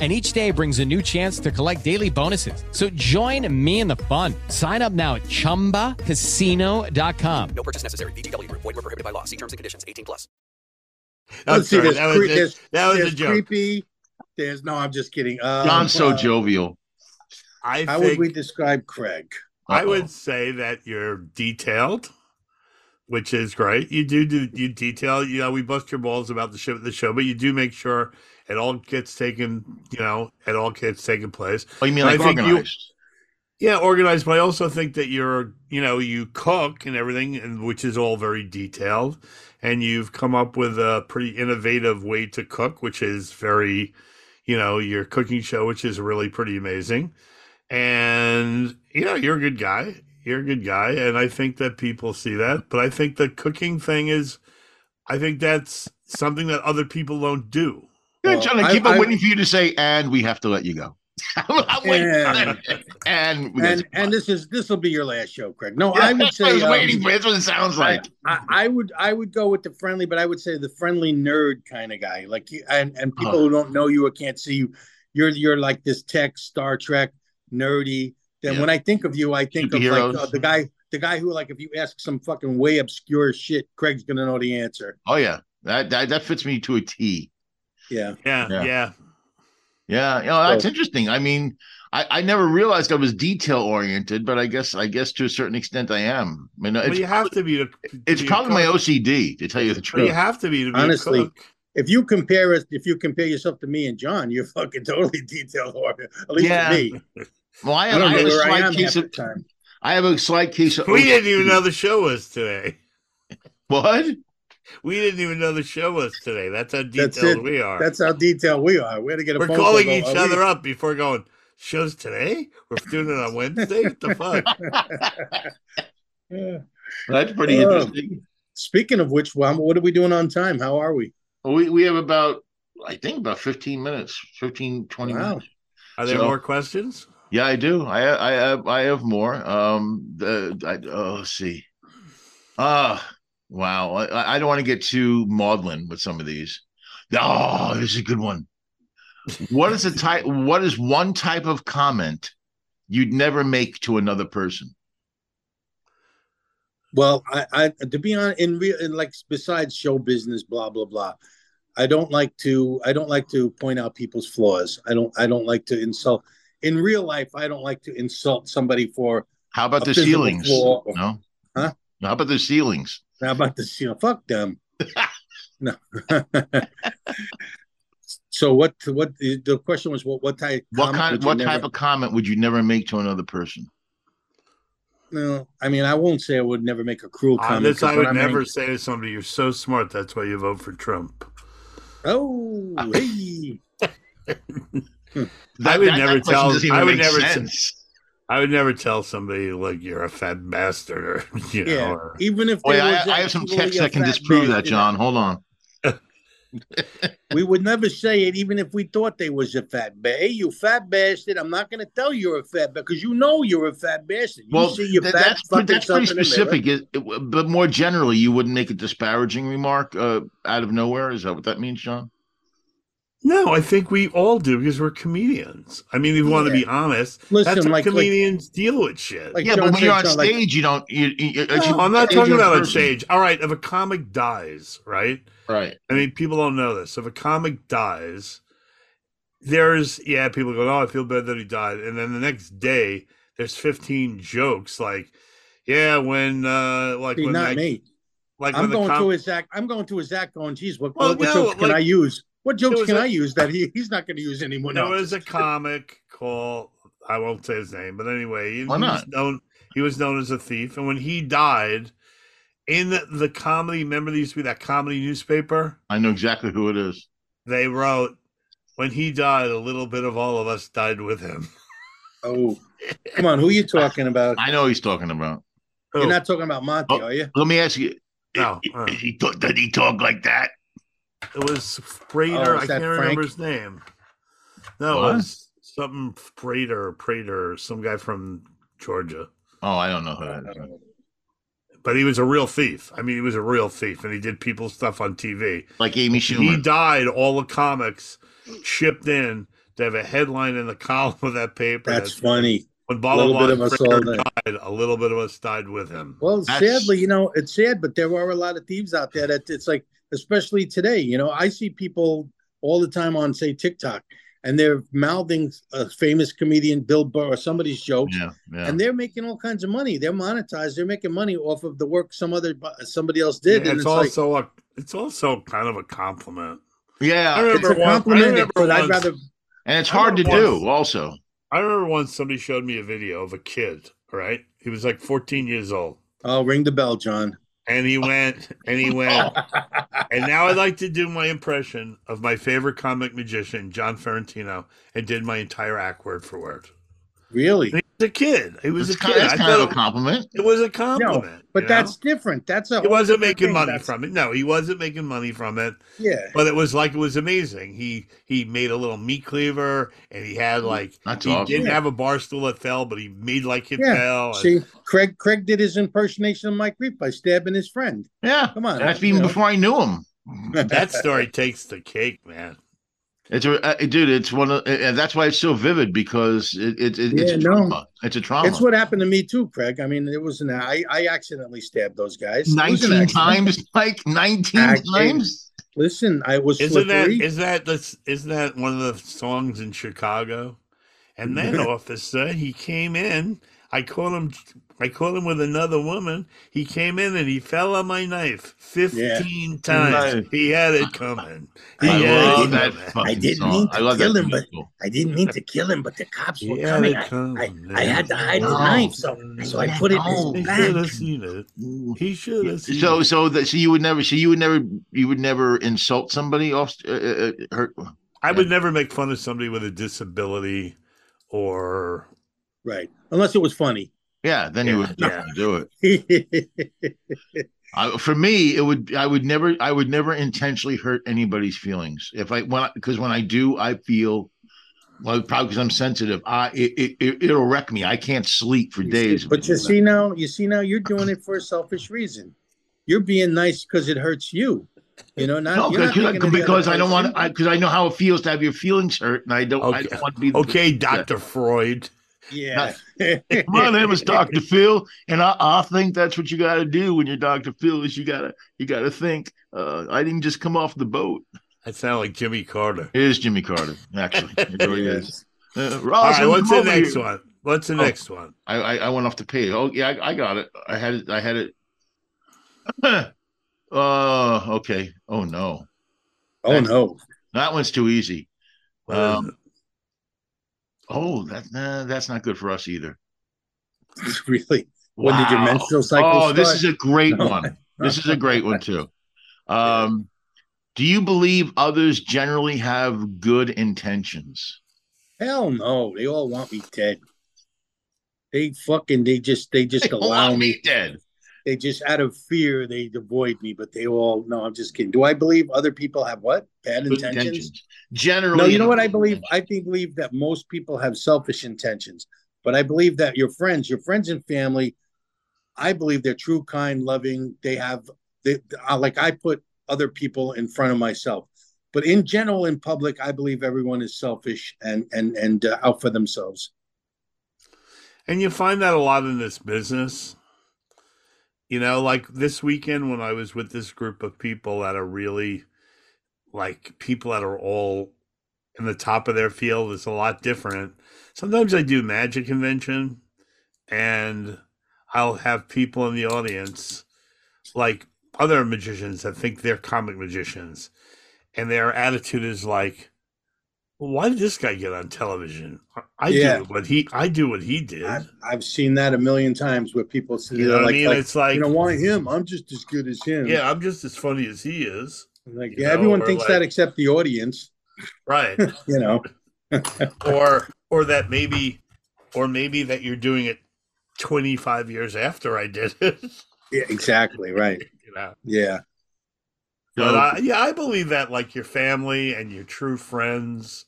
S5: And each day brings a new chance to collect daily bonuses. So join me in the fun. Sign up now at chumbacasino.com.
S12: No purchase necessary. VGW Group. Void were prohibited by law. See terms and conditions. 18 plus.
S2: I'm
S3: Let's see,
S2: sorry,
S3: there's
S2: that was
S3: cre-
S2: a-
S3: there's-
S2: that was a
S3: there's
S2: joke.
S3: Creepy. There's no. I'm just kidding. Um,
S1: John's so
S3: uh,
S1: jovial.
S2: I
S3: How would
S2: think
S3: we describe Craig?
S2: I would say that you're detailed, which is great. You do do you detail. You know, we bust your balls about the show, the show, but you do make sure it all gets taken. You know, it all gets taken place.
S1: Oh, you mean
S2: And
S1: like
S2: think you-
S1: organized?
S2: yeah, organized. But I also think that you're, you know, you cook and everything, and which is all very detailed. And you've come up with a pretty innovative way to cook, which is very, you know, your cooking show, which is really pretty amazing. And you know, you're a good guy. You're a good guy, and I think that people see that. But I think the cooking thing is, I think that's something that other people don't do.
S1: Yeah, John, I keep on waiting for you to say, and we have to let you go. [laughs] I'm waiting for
S3: And,
S1: that. and we got
S3: and, and this is this will be your last show, Craig. No,
S1: Yeah,
S3: I would
S1: that's
S3: say
S1: what [laughs] I was
S3: um,
S1: waiting for. That's what it sounds
S3: I-
S1: like.
S3: I, I would I would go with the friendly, but I would say the friendly nerd kind of guy, like you- and and people who don't know you or can't see you, you're you're like this tech Star Trek nerdy. Then
S1: Yeah.
S3: when I think of you, I think of
S1: Superheroes.
S3: like uh, the guy the guy who like if you ask some fucking way obscure shit, Craig's gonna know the answer.
S1: Oh yeah, that that, that fits me to a T.
S3: Yeah.
S2: Yeah,
S1: Yeah.
S2: yeah.
S1: Yeah, you know, that's
S3: So-
S1: interesting. I mean, I, I never realized I was detail oriented, but I guess I guess to a certain extent I am. I mean,
S2: But
S1: it's
S2: you have to be. To,
S1: it's
S2: be a
S1: probably my
S2: cook.
S1: OCD to tell you the
S2: But
S1: truth.
S2: you have to be to be
S3: Honestly,
S2: a cook.
S3: If you compare us, if you compare yourself to me and John, you're fucking [laughs] totally detailed oriented. At least
S1: Yeah.
S3: to me.
S1: Well, I
S3: I
S1: have,
S3: don't
S1: I
S3: know
S1: have a
S3: where I
S1: slight
S3: am half
S1: case
S3: the
S1: of
S3: time.
S1: I have a slight case
S3: [laughs]
S1: of
S2: We didn't even
S1: OCD.
S2: know the show was today.
S1: what.
S2: We didn't even know the show was today. That's how detailed
S3: That's it.
S2: we are.
S3: That's how detailed we are. We had to get a
S2: We're
S3: phone call
S2: calling
S3: about,
S2: each
S3: "Are we-
S2: other up before going. Shows today? We're doing it on Wednesday. What
S3: [laughs]
S2: the fuck?
S3: Yeah.
S1: That's pretty
S3: Oh.
S1: interesting.
S3: Speaking of which, well, what are we doing on time? How are we?
S1: We we have about I think about 15 minutes, 15 20
S3: Wow.
S1: minutes.
S2: Are there
S1: So-
S2: more questions?
S1: Yeah, I do. I I have I have more. Um, the I, oh, let's see. Ah, wow. I, I don't want to get too maudlin with some of these. Oh, this is a good one. What
S3: [laughs]
S1: is a type? What is one type of comment you'd never make to another person?
S3: Well, I, I to be on in real in like besides show business, blah blah blah. I don't like to I don't like to point out people's flaws. I don't I don't like to insult. In real life, I don't like to insult somebody for
S1: How about
S3: A
S1: their
S3: physical
S1: ceilings?
S3: flaw.
S1: No.
S3: Huh?
S1: How about their ceilings?
S3: how about this, you know, fuck
S2: [laughs]
S3: them. no. [laughs] so what what the, the question was what what type
S1: What kind?
S3: comment would you
S1: What
S3: never-
S1: type of comment would you never make to another person?
S3: no, I mean I won't say I would never make a cruel
S2: On
S3: comment.
S2: Uh, this,
S3: 'cause
S2: I
S3: when
S2: would
S3: I'm
S2: never
S3: angry-
S2: say to somebody, "You're so smart. That's why you vote for Trump."
S3: Oh
S2: [laughs]
S3: hey.
S2: I would never
S1: question
S2: tell-
S1: doesn't even
S2: I would
S1: make
S2: never say-
S1: sense.
S2: I would never tell somebody like you're a fat bastard, or [laughs] you know. uh,
S3: Yeah,
S2: Or,
S3: even if
S1: Wait,
S3: there
S1: I,
S3: was
S1: I have some
S3: actually
S1: text
S3: a
S1: that can
S3: fat
S1: disprove
S3: man,
S1: that,
S3: you
S1: John.
S3: know,
S1: Hold on.
S3: We would never say it, even if we thought they was a fat bastard. Hey, you fat bastard! I'm not going to tell you're a fat because you know you're a fat bastard. You
S1: Well,
S3: see your
S1: th-
S3: fat
S1: that's pre-
S3: fucking
S1: that's pretty
S3: self in the mirror.
S1: specific. Is- it- but more generally, you wouldn't make a disparaging remark uh, out of nowhere. Is that what that means, John?
S2: no, I think we all do because we're comedians. I mean, if you want to be honest,
S3: Listen,
S2: that's how
S3: like- like-
S2: comedians deal with shit.
S3: Like
S1: yeah,
S3: John
S1: but when you're on
S3: said, John, like-
S1: stage, you don't. You, you, you- you-
S2: No, I'm not
S1: stage
S2: talking
S1: in
S2: about on
S1: person.
S2: stage. All right, if a comic dies, right?
S1: right?
S2: I mean, people don't know this. If a comic dies, there's yeah, people go, "Oh, I feel bad that he died," and then the next day, there's 15 jokes like, "Yeah, when uh, like
S3: See,
S2: when
S3: not
S2: I,
S3: me.
S2: like
S3: I'm
S2: when
S3: going
S2: the com-
S3: to his act. I'm going to his act. Going, geez, what,
S2: Well,
S3: what, what
S2: no,
S3: jokes can
S2: like-
S3: I use? What jokes
S2: was
S3: can
S2: a-
S3: I use that he, he's not going to use anymore?
S2: there
S3: No,
S2: was a comic called I won't say his name, but anyway, he,
S1: Why
S2: he
S1: not?
S2: was known he was known as a thief, and when he died, in the, the comedy, remember there used to be that comedy newspaper.
S1: I know exactly who it is.
S2: They wrote, "When he died, a little bit of all of us died with him."
S3: oh, come on, who are you talking about?
S1: I know who he's talking about.
S3: [laughs] You're
S2: Oh.
S3: not talking about Monty,
S1: Oh.
S3: are you?
S1: Let me ask you:
S2: No, uh,
S1: he talk, did he talk like that?
S2: It was Prater.
S1: Oh, is
S2: I
S1: that
S2: can't remember
S1: Frank?
S2: his name. No,
S1: What?
S2: it was something Prater, Prater, some guy from Georgia.
S1: Oh, I don't know who that is.
S2: But he was a real thief. I mean, he was a real thief, and he did people stuff on TV.
S1: Like Amy
S2: He
S1: Schumer.
S2: died. All the comics shipped in to have a headline in the [laughs] column of that paper.
S3: That's funny.
S2: When
S3: A little bit
S2: Balaban
S3: of us all
S2: Prater
S3: there.
S2: died, a little bit of us died with him.
S3: Well,
S2: That's-
S3: sadly, you know, it's sad, but there are a lot of thieves out there that it's like, especially today, you know, I see people all the time on, say, TikTok, and they're mouthing a famous comedian, Bill Burr, or somebody's jokes,
S1: yeah.
S3: and they're making all kinds of money. They're monetized. They're making money off of the work some other somebody else did.
S2: Yeah,
S3: and
S2: it's, also a, it's also kind of a compliment.
S1: Yeah,
S2: I remember
S3: It's a
S2: one- I
S3: compliment,
S2: remember
S3: but I'd
S2: once-
S3: rather-
S1: And it's
S2: I
S1: hard to
S2: remember once-
S1: do, also.
S2: I remember once somebody showed me a video of a kid. All right, he was like 14 years old,
S3: oh, ring the bell, John.
S2: and he went and he went. and now I'd like to do my impression of my favorite comic magician, John Ferrantino, and did my entire act word for word.
S3: Really?
S2: He was a kid. He was
S1: That's
S2: a
S1: kind-
S2: kid.
S1: that's
S2: I
S1: kind
S2: thought
S1: of a compliment.
S2: It was a compliment.
S3: but
S2: you know?
S3: that's different. That's a
S2: he
S3: whole
S2: wasn't
S3: different
S2: making
S3: thing.
S2: money
S3: That's-
S2: from it. No, he wasn't making money from it.
S3: Yeah.
S2: but it was like it was amazing. He he made a little meat cleaver, and he
S3: Mm,
S2: had like
S1: That's
S2: he
S1: awesome.
S2: didn't
S1: Yeah.
S2: have a bar stool that fell, but he made like it
S3: Yeah.
S2: fell. and-
S3: See, Craig Craig did his impersonation of Mike Reef by stabbing his friend.
S1: Yeah.
S3: Come on.
S1: That's
S3: you
S1: even
S3: know. [laughs]
S1: before I knew him.
S2: that story takes the cake, man.
S1: It's a uh, dude. It's one of, and that's why it's so vivid because it, it, it- it's a
S3: Yeah, no.
S1: trauma. It's a trauma.
S3: It's what happened to me too, Craig. I mean, it was an I, I accidentally stabbed those guys. It was an
S1: 19
S3: accident.
S1: times, [laughs] Mike. Nineteen
S3: I-
S1: times.
S3: Listen, I was
S2: Isn't that
S3: slippery.
S2: is that that's isn't that one of the songs in Chicago?
S3: [laughs]
S2: And that officer, he came in. I caught him. I caught him with another woman. He came in and he fell on my knife fifteen times.
S1: Nice.
S2: He had it coming. He
S1: I
S2: had it
S1: love that
S2: coming.
S1: fucking song. I love that musical.
S3: I didn't mean to kill him, but the cops were
S2: Yeah,
S3: coming.
S2: they
S3: I,
S2: come,
S3: I,
S2: man.
S3: I had to hide the
S1: No.
S3: knife, so so I put it in
S2: He
S3: his
S2: should
S3: back.
S2: have seen it.
S3: [laughs]
S2: He should have seen
S1: So,
S2: it.
S1: so that so you would never, so you would never, you would never insult somebody off. Uh, uh, uh, hurt.
S2: I would never make fun of somebody with a disability or
S3: Right, unless it was funny. [laughs]
S1: Yeah, then you would
S2: Yeah.
S1: definitely do it.
S3: yeah,
S1: I, for me, it would. I would never. I would never intentionally hurt anybody's feelings. If I when because when I do, I feel well probably because I'm sensitive. I it, it- it it'll wreck me. I can't sleep for days.
S3: but you see now, you see now, you're doing it for a selfish reason. You're being nice because it hurts you. You know, not,
S1: no,
S3: you're not
S1: because,
S3: thinking of the
S1: because
S3: other
S1: I don't want
S3: person.
S1: I because I know how it feels to have your feelings hurt, and I don't. I
S2: Okay.
S1: don't want to be the-
S2: okay, Doctor Freud.
S3: Yeah.
S1: My name is Doctor Phil, and I, I think that's what you got to do when you're Doctor Phil. Is you gotta you gotta think. Uh, I didn't just come off the boat.
S2: That sounded like Jimmy Carter.
S1: It is Jimmy Carter, actually. It really is. Uh,
S2: All
S1: Roslyn,
S2: right, what's
S1: come
S2: the
S1: over
S2: next
S1: here.
S2: one? What's the
S1: Oh.
S2: next one?
S1: I, I I went off the page. Oh yeah, I, I got it. I had it. I had it. [laughs] uh okay. Oh no,
S3: [laughs] Oh no. [laughs]
S1: that one's too easy.
S2: What is
S1: Um, oh, that nah, that's not good for us either.
S3: really? When did your
S1: Wow.
S3: menstrual cycle
S1: Oh,
S3: start?
S1: this is a great
S3: No.
S1: one. This is a great one too. Um, do you believe others generally have good intentions?
S3: Hell no. They all want me dead. They fucking they just they just
S1: They
S3: allow
S1: want
S3: me.
S1: me dead.
S3: They just out of fear they avoid me, but they all no, I'm just kidding. Do I believe other people have what? Bad
S1: Good
S3: intentions?
S1: intentions. Generally,
S3: No, you know what I believe? I think believe that most people have selfish intentions, but I believe that your friends, your friends and family, I believe they're true, kind, loving. They have they uh, like I put other people in front of myself. But in general, in public, I believe everyone is selfish and and and uh, out for themselves.
S2: And you find that a lot in this business. You know, like this weekend when I was with this group of people that are really like people that are all in the top of their field is a lot different. Sometimes I do magic convention and I'll have people in the audience like other magicians that think they're comic magicians and their attitude is like well, why did this guy get on television? I- I
S3: Yeah.
S2: do what he I do what he did.
S3: I've, I've seen that a million times where people say,
S2: You know what I
S3: like,
S2: mean?
S3: like,
S2: It's like-
S3: you know, why him? I'm just as good as him.
S2: Yeah, I'm just as funny as he
S3: [laughs]
S2: is.
S3: like
S2: you
S3: yeah,
S2: know,
S3: everyone
S2: or
S3: thinks
S2: like-
S3: that except the audience.
S2: Right. [laughs]
S3: You know,
S2: or or that maybe or maybe that you're doing it [laughs] 25 years after I did it.
S3: yeah, exactly right.
S2: you it out.
S3: Yeah.
S2: But I, yeah, I believe that like your family and your true friends,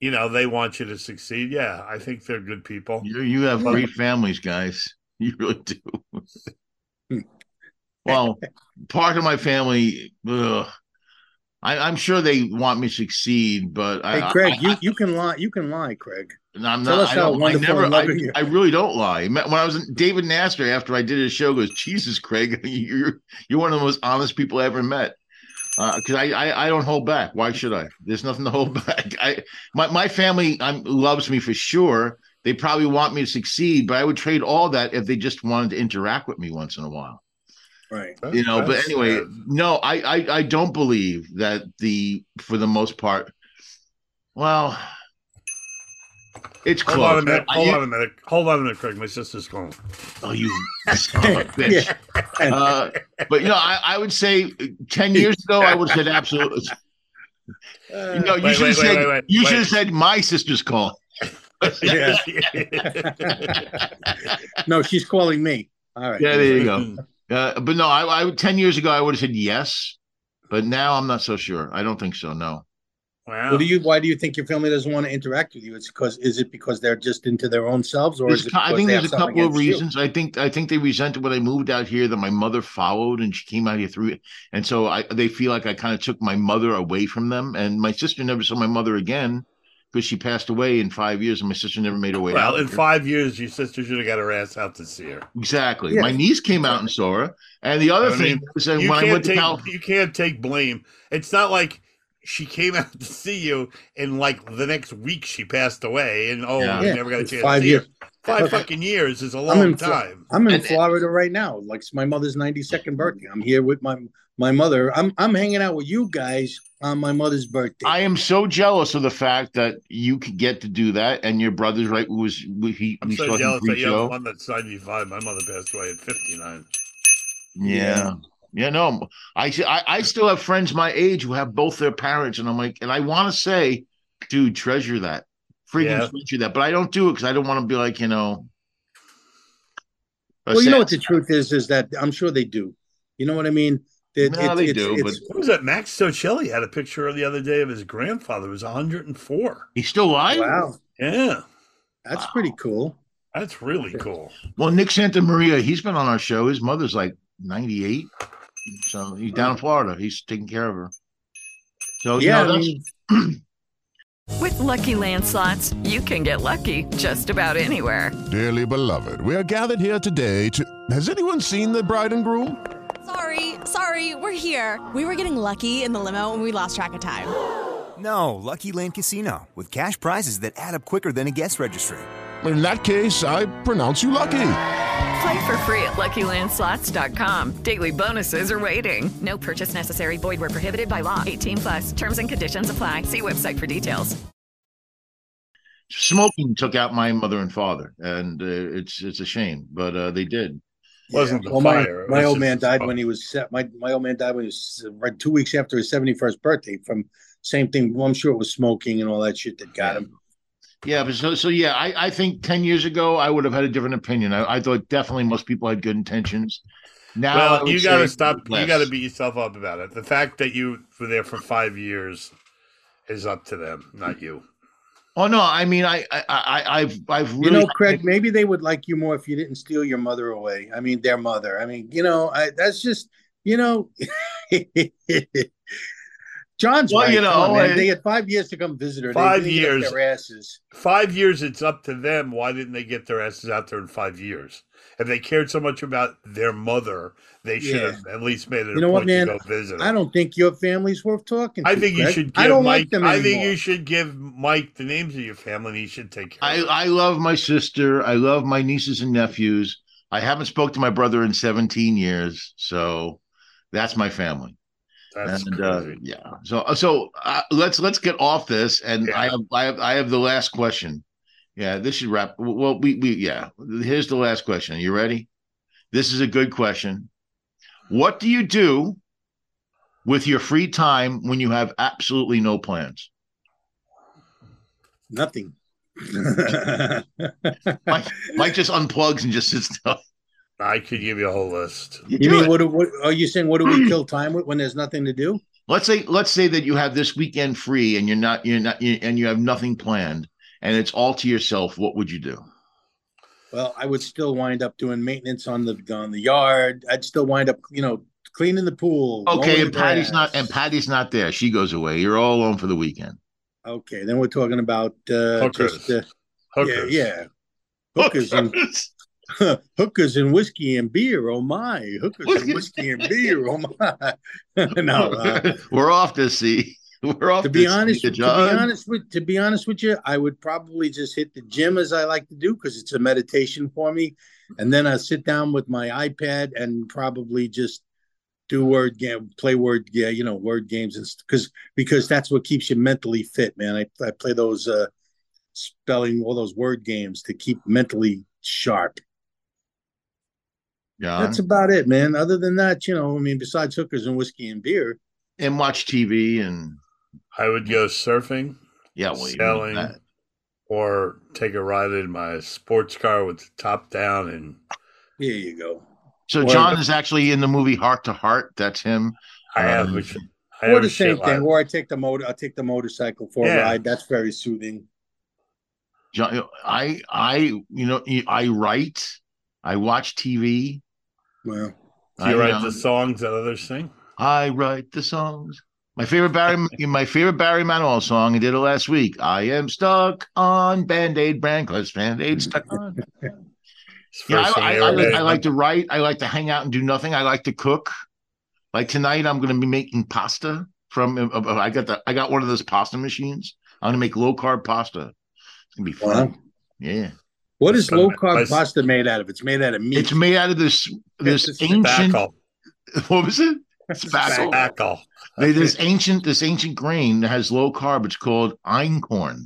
S2: you know, they want you to succeed. Yeah, I think they're good people.
S1: You, you have great families, guys. [laughs] You really do. well, part of my family, ugh, I, I'm sure they want me to succeed, but
S3: Hey,
S1: I,
S3: Craig,
S1: I,
S3: you, you can lie. You can lie, Craig.
S1: And I'm
S3: Tell
S1: not.
S3: us
S1: I,
S3: how
S1: don't, I
S3: wonderful
S1: never.
S3: and
S1: I,
S3: loving you-
S1: I really don't lie. Ma- When I was in, David Nasser, after I did his show, goes, "Jesus, Craig, [laughs] you're you're one of the most honest people I ever met." Because I, I I don't hold back. Why should I? There's nothing to hold [laughs] back. I my my family um loves me for sure. They probably want me to succeed, but I would trade all that if they just wanted to interact with me once in a while
S3: Right.
S1: you know but anyway no I, I i don't believe that the for the most part well it's close
S2: Hold on a minute.
S1: I-
S2: Hold
S1: you-
S2: on a minute. Hold on a minute, Craig. My sister's [laughs]
S1: [laughs]
S2: calling.
S1: Oh, you son of a bitch. uh, but you know I, I would say 10 years ago i would have said absolutely no you
S2: Wait,
S1: should have
S2: wait, wait,
S1: said
S2: wait, wait,
S1: you
S2: wait.
S1: should have said my sister's call
S2: [laughs]
S3: Yeah. no, she's calling me. All right.
S1: yeah there you
S2: Mm.
S1: go uh, but no I, I would- 10 years ago i would have said yes but now i'm not so sure i don't think so no
S3: What do you? Why do you think your family doesn't want to interact with you? It's because is it because they're just into their own selves, or
S1: There's
S3: is it?
S1: cou- I
S3: because
S1: think
S3: they have
S1: there's a
S3: something
S1: couple of
S3: against you?
S1: reasons. I think I think they resented when I moved out here that my mother followed and she came out here through, and so I they feel like I kind of took my mother away from them. And my sister never saw my mother again because she passed away in five years, and my sister never made her way
S2: Well,
S1: out.
S2: in
S1: here.
S2: five years, your sister should have got her ass out to see her.
S1: exactly.
S2: Yeah.
S1: My niece came out and saw her. And the other
S2: I
S1: thing
S2: mean,
S1: was that
S2: you
S1: when I
S2: can't
S1: went
S2: take,
S1: to Cal,
S2: you can't take blame. It's not like she came [laughs] out to see you, and like the next week she passed away, and oh,
S3: Yeah.
S2: we
S3: Yeah,
S2: never got a
S3: it's
S2: chance.
S3: five
S2: to see
S3: years.
S2: Her. Five
S3: Look,
S2: fucking years is a long
S3: I'm in, Flo-
S2: time.
S3: I'm in Florida right now. Like it's my mother's
S1: Mm-hmm.
S3: 92nd birthday. I'm here with my my mother. I'm I'm hanging out with you guys on my mother's birthday.
S1: I am so jealous of the fact that you could get to do that, and your brother's right was we, he
S2: I'm
S1: we saw
S2: so
S1: him
S2: jealous that you have
S1: pre-show.
S2: one that's 95. My mother passed away at 59.
S1: Yeah. Yeah, no. I, I I still have friends my age who have both their parents, and I'm like, and I want to say, dude, treasure that, freaking
S2: Yeah.
S1: treasure that. But I don't do it because I don't want to be like, you know.
S3: well, you know what the truth is is that I'm sure they do. You know what I mean? It-
S2: No,
S3: it's-
S2: they
S3: it's-
S2: do,
S3: it's-
S2: What was that? Max Socelli had a picture the other day of his grandfather. It was 104.
S1: He's still alive.
S3: Wow.
S2: Yeah.
S3: That's pretty cool.
S2: That's really cool.
S1: Well, Nick Santamaria, he's been on our show. His mother's like 98, so he's down in Florida. He's taking care of her. So
S8: Yeah,
S1: yeah,
S8: I
S1: that's,
S8: mean- With Lucky Land slots, you can get lucky just about anywhere.
S9: Dearly beloved, we are gathered here today to. Has anyone seen the bride and groom?
S10: Sorry, sorry, we're here. We were getting lucky in the limo and we lost track of time.
S11: No, Lucky Land Casino with cash prizes that add up quicker than a guest registry.
S9: In that case, I pronounce you lucky.
S8: Play for free at LuckyLandSlots.com. Daily bonuses are waiting. No purchase necessary. Void were prohibited by law. 18 plus. Terms and conditions apply. See website for details.
S1: smoking took out my mother and father, and uh, it's it's a shame, but uh, they did.
S3: Yeah. Well, my, my old man died when he was se- my my old man died when he was uh, right two weeks after his 71st birthday from same thing. Well, I'm sure it was smoking and all that shit that got him.
S1: Yeah, but so so yeah, I, I think ten years ago I would have had a different opinion. I, I thought definitely most people had good intentions. Now I
S2: well,
S1: would
S2: you got to
S1: say
S2: stop. You
S1: less.
S2: got to beat yourself up about it. The fact that you were there for five years is up to them, not you.
S1: Oh no, I mean I I, I I've I've
S3: You
S1: really
S3: know, Craig, maybe they would like you more if you didn't steal your mother away. I mean, their mother. I mean, you know, I, that's just, you know, [laughs] John's
S2: Well,
S3: right.
S2: you know,
S3: Come on, man.
S2: I-
S3: they had five years to come visit her. They
S2: Five
S3: didn't get up
S2: years.
S3: Their asses.
S2: Five years, it's up to them. Why didn't they get their asses out there in five years? If they cared so much about their mother, they should
S3: Yeah.
S2: have at least made it.
S3: You know
S2: a
S3: what,
S2: point
S3: man?
S2: To go visit.
S3: I don't think your family's worth talking.
S2: I
S3: to,
S2: think you
S3: Craig.
S2: should. Give
S3: I don't
S2: Mike,
S3: like them
S2: I think
S3: anymore.
S2: you should give Mike the names of your family, and he should take care.
S1: I I love my sister. I love my nieces and nephews. I haven't spoke to my brother in seventeen years, so that's my family.
S2: That's
S1: and, uh, yeah. So so uh, let's let's get off this, and I have I have I have the last question. Yeah, this should wrap. Well, we we yeah. Here's the last question. Are you ready? This is a good question. What do you do with your free time when you have absolutely no plans?
S3: Nothing.
S2: [laughs]
S1: Mike, Mike just unplugs and just sits down. [laughs]
S2: I could give you a whole list.
S3: You, mean what, do- what? Are you saying what do [clears throat] we kill time with when there's nothing to do?
S1: Let's say let's say that you have this weekend free and you're not you're not you, and you have nothing planned and it's all to yourself. What would you do?
S3: Well, I would still wind up doing maintenance on the on the yard. I'd still wind up, you know, cleaning the pool. mowing
S1: Okay,
S3: the
S1: and Patty's
S3: grass.
S1: not and Patty's not there. She goes away. You're all alone for the weekend.
S3: Okay, then we're talking about uh,
S1: Hookers.
S3: just uh,
S1: Hookers.
S3: yeah, yeah, hookers and [laughs] hookers and whiskey and beer. Oh my, hookers and whiskey and beer. Oh my. [laughs] no, uh,
S1: [laughs] we're off to see. We're off
S3: to be
S1: this,
S3: honest, to be
S1: John.
S3: honest with to be honest with you, I would probably just hit the gym as I like to do because it's a meditation for me, and then I sit down with my iPad and probably just do word game, play word, yeah, you know, word games, and because because that's what keeps you mentally fit, man. I I play those uh spelling, all those word games to keep mentally sharp.
S1: John?
S3: That's about it, man. Other than that, you know, I mean, besides hookers and whiskey and beer,
S1: and watch TV and
S2: I would go surfing.
S1: Yeah, well, you need
S2: sailing,
S1: that.
S2: or take a ride in my sports car with the top down and.
S3: Here you go.
S1: So John is actually in the movie Heart to Heart. That's him. I have.
S3: or the same thing, or I take the motor, I take the motorcycle for
S1: Yeah.
S3: a ride. That's very soothing.
S1: John, I, I, you know, I write. I watch TV.
S3: Well,
S2: Do you write the songs that others sing?
S1: I write the songs. My favorite
S3: [laughs]
S1: Barry, my favorite Barry Manilow song. I did it last week. I am stuck on Band Aid brand because Band Aid
S3: Mm-hmm.
S1: stuck on. yeah,
S2: first song
S1: I, I,
S2: I
S1: I
S2: ever
S1: like,
S2: did.
S1: I like to write. I like to hang out and do nothing. I like to cook. Like tonight, I'm going to be making pasta from. uh, uh, I got the. I got one of those pasta machines. I'm going to make low carb pasta. It's going to be fun. Yeah.
S3: What is
S1: Some-
S3: low carb
S1: nice-
S3: pasta made out of? It's made out of meat.
S1: It's made out of this this
S3: It's
S1: ancient.
S3: tobacco.
S1: [laughs] What was it? Tobacco.
S2: Tobacco.
S1: They- This ancient this ancient grain that has low carb. It's called einkorn.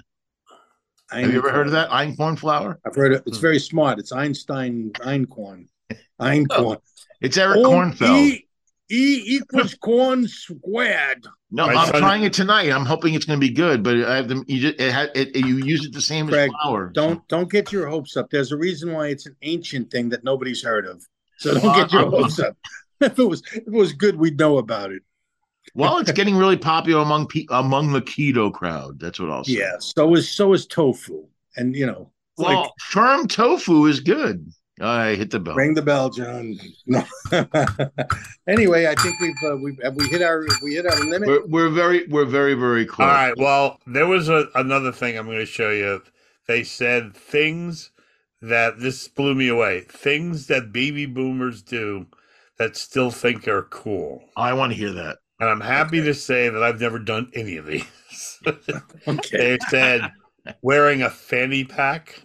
S1: Have you ever heard of that einkorn flour?
S3: I've heard it.
S1: Hmm.
S3: It's very smart. It's Einstein
S1: [laughs]
S3: einkorn.
S1: Oh,
S3: Einkorn.
S1: It's Eric
S3: Oh,
S1: Kornfeld.
S3: E, e equals [laughs] corn squared.
S1: no, I'm trying it tonight. I'm hoping it's going to be good, but I have them. You just it, ha- it, you use it the same
S3: Craig,
S1: as flour.
S3: Don't don't get your hopes up. There's a reason why it's an ancient thing that nobody's heard of. So
S1: Well,
S3: don't get your
S1: I'm-
S3: hopes up. [laughs] If it was if it was good, we'd know about it.
S2: [laughs]
S1: Well, it's getting really popular among pe- among the keto crowd. That's what I'll say.
S3: Yeah. So is so is tofu, and you know, it's
S1: Well,
S3: like
S1: firm tofu is good. I hit the bell.
S3: ring the bell, John. No. [laughs] anyway, I think we've uh, we've have we hit our have we hit our limit.
S1: We're, we're very we're very very close.
S2: All right. Well, there was a, another thing I'm going to show you. They said things that this blew me away. Things that baby boomers do that still think are cool.
S1: I want to hear that.
S2: And I'm happy to say that I've never done any of these. [laughs]
S1: [laughs]
S2: They said wearing a fanny pack.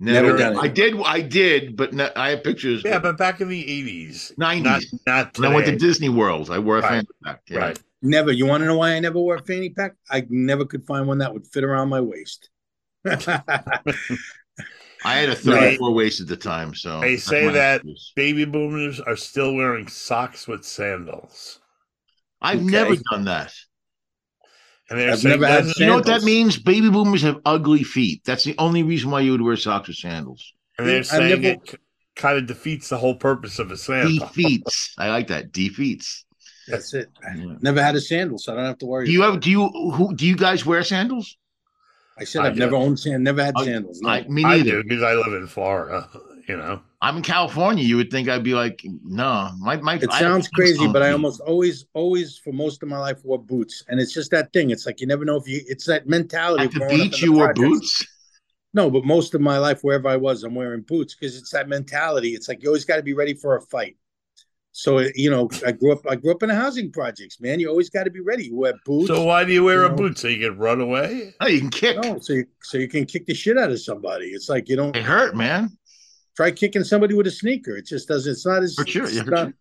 S1: Never,
S2: Never
S1: done.
S2: done it.
S1: I did. I did, but no, I have pictures.
S2: Yeah, but back in the 80s,
S1: nineties.
S2: Not
S1: When I went to
S2: today.
S1: Disney World. I wore a
S2: Right.
S1: fanny pack. yeah.
S2: Right.
S3: Never. You want to know why I never wore a fanny pack? I never could find one that would fit around my waist. [laughs]
S1: I had a
S2: No.
S1: 34 waist at the time, so
S2: They
S1: that's
S2: say
S1: my-
S2: that baby boomers are still wearing socks with sandals.
S1: I've
S2: Okay.
S1: never done that.
S2: And they're saying doesn't-
S1: You know what that means? Baby boomers have ugly feet. That's the only reason why you would wear socks or sandals.
S2: And they're saying it kind of defeats the whole purpose of a sandal.
S1: defeats. I like that. Defeats.
S3: That's it. Never had a sandal, so I don't have to worry.
S1: Do you have? Do you? Who? Do you guys wear sandals?
S3: I said
S1: I
S3: I've
S1: do.
S3: never owned sand, never had
S1: I-
S3: sandals.
S1: I-
S3: no.
S1: me neither.
S2: because I live in Florida. You know,
S1: I'm in California. You would think I'd be like, no, my my.
S3: It
S1: I-
S3: sounds crazy,
S1: on
S3: but I
S1: feet.
S3: almost always, always for most of my life wore boots, and it's just that thing. It's like you never know if you. It's that mentality.
S1: At the
S3: growing up in
S1: beach, you wore
S3: projects.
S1: boots? [laughs]
S3: No, but most of my life, wherever I was, I'm wearing boots because it's that mentality. It's like you always got to be ready for a fight. So you know, I grew up. I grew up in the housing projects, man. You always got to be ready. You wear boots.
S2: so why do you wear
S3: you
S2: a
S3: know?
S2: boot so you can run away?
S1: Oh, you can kick.
S3: No, so you, so you can kick the shit out of somebody. It's like you don't.
S1: It hurt, man.
S3: Try kicking somebody with a sneaker. It just doesn't. It's not as.
S1: For sure,
S3: it's
S1: yeah, for
S3: not-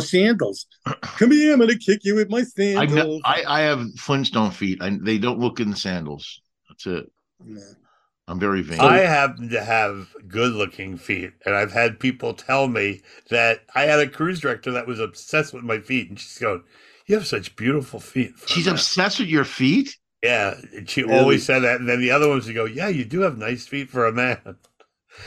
S1: [clears throat]
S3: sandals. Come here, I'm gonna kick you with my
S1: I,
S3: sandals.
S1: kn- I I have Flintstone feet. I, they don't look in sandals. That's it. I'm very vain.
S2: I happen to have good looking feet, and I've had people tell me that I had a cruise director that was obsessed with my feet, and she's going, "You have such beautiful feet."
S1: She's obsessed with your feet.
S2: Yeah, and she
S1: Really?
S2: always said that, and then the other ones would go, "Yeah, you do have nice feet for a man." [laughs]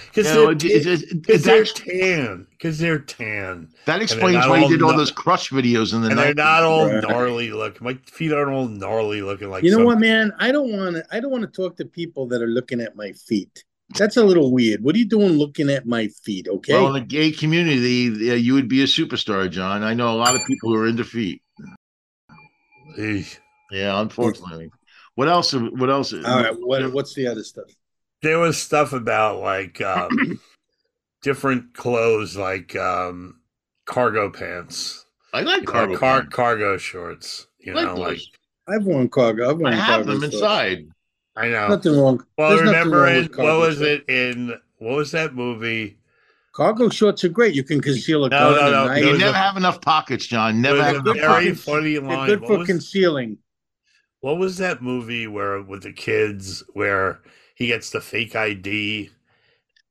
S2: Because
S1: You know,
S2: they're,
S1: it- it-
S2: tan-
S1: it- it-
S2: 'cause they're
S1: that-
S2: tan. Because they're tan. And
S1: That
S2: they're
S1: explains
S2: not
S1: why you did all
S2: nu-
S1: those crush videos in the
S2: And they're
S1: 90s.
S2: not all
S1: Right.
S2: gnarly looking. My feet aren't all gnarly looking like.
S3: you know
S2: some-
S3: what, man? I don't want to. I don't want to talk to people that are looking at my feet. That's a little weird. What are you doing looking at my feet? Okay.
S1: Well, in the gay community, uh, you would be a superstar, John. I know a lot of people who are into feet. Yeah, unfortunately. What else? What else?
S3: All
S2: Oh,
S3: right. What, what's the other stuff?
S2: there was stuff about
S3: [clears throat]
S2: like um, different clothes, like um, cargo pants.
S1: I
S3: like
S2: You know,
S3: cargo
S2: car- cargo shorts. You
S3: Like
S2: know, like
S3: those. I've worn cargo. I've worn
S2: I have
S3: cargo
S2: them
S3: shorts.
S2: inside. I know
S3: Nothing wrong.
S2: Well,
S3: There's nothing
S2: remember
S3: wrong
S2: in,
S3: with
S2: what
S3: cargo
S2: was
S3: shorts.
S2: it in? What was that movie?
S3: Cargo shorts are great. You can conceal a
S2: No, no,
S3: gun. at
S2: no.
S3: night.
S2: There was a-
S1: enough pockets, John.
S2: Never
S3: They're
S2: have
S3: good
S2: enough
S3: for
S2: pockets.
S3: con-
S2: Funny
S3: they're
S2: line.
S3: Good
S2: What
S3: for
S2: was-
S3: concealing.
S2: What was that movie where with the kids where he gets the fake ID?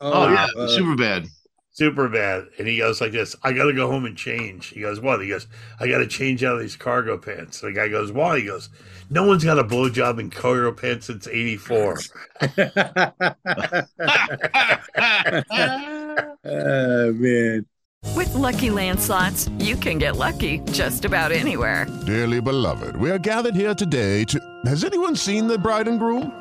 S1: Oh,
S2: uh,
S1: yeah,
S2: [laughs]
S3: uh, [laughs]
S1: super bad.
S2: Super bad. And he goes like this, I gotta go home and change. He goes, What? He goes, I gotta change out of these cargo pants. the guy goes, Why? He goes, No one's got a blowjob in cargo pants since eighty four.
S3: Oh man.
S8: With Lucky Land slots, you can get lucky just about anywhere.
S9: Dearly beloved, we are gathered here today to. Has anyone seen the bride and groom?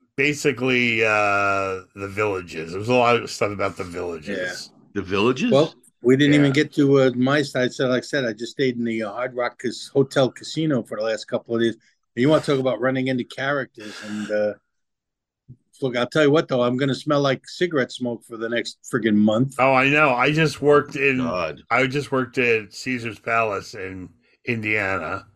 S2: basically uh the villages. There was a lot of stuff about the villages.
S1: The villages?
S3: Well, we didn't even get to uh, my side. So, like I said, I just stayed in the uh, Hard Rock Cas- Hotel Casino for the last couple of days. You want to talk about running into characters? And uh, look, I'll tell you what, though, I'm going to smell like cigarette smoke for the next friggin' month.
S2: Oh, I know. I just worked in
S1: Uh,
S2: I just worked at Caesar's Palace in Indiana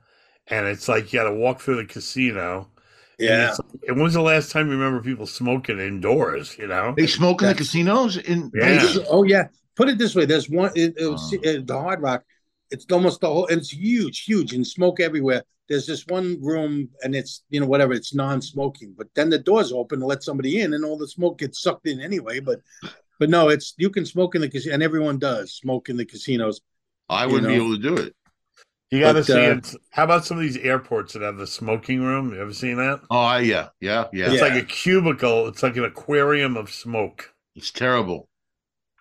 S2: and it's like you gotta walk through the casino. and
S3: Yeah.
S2: it's like- And when's the last time you remember people smoking indoors, you know?
S1: They smoke in the casinos in
S2: yeah. Uh-huh.
S3: Oh yeah. Put it this way: there's one. It, it was, it- the Hard Rock. It's almost the whole. It's huge, huge, and smoke everywhere. There's this one room, and it's you know whatever. It's non-smoking, but then the doors open to let somebody in, and all the smoke gets sucked in anyway. But but no, it's you can smoke in the casino, and everyone does smoke in the casinos.
S1: I
S3: you
S1: wouldn't
S3: know.
S1: be able to do it.
S2: You gotta
S3: But,
S2: see
S3: uh,
S2: it. How about some of these airports that have the smoking room? You ever seen that?
S1: Oh yeah, yeah, yeah.
S2: It's like a cubicle. It's like an aquarium of smoke.
S1: It's terrible.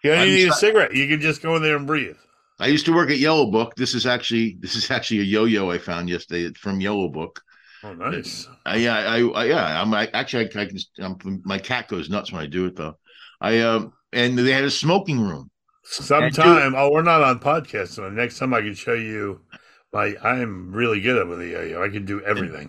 S2: You don't
S1: I'm
S2: even need a
S1: sorry.
S2: cigarette. You can just go in there and breathe.
S1: I used to work at Yellow Book. This is actually this is actually a yo-yo I found yesterday It's from Yellow Book.
S2: Oh, nice.
S1: I, yeah, I, I yeah, I'm I, actually I, I can. I'm, my cat goes nuts when I do it though. I um and they had a smoking room.
S2: Sometime. Oh, we're not on podcast. So next time I can show you my. I'm really good at with the yo-yo. I can do everything.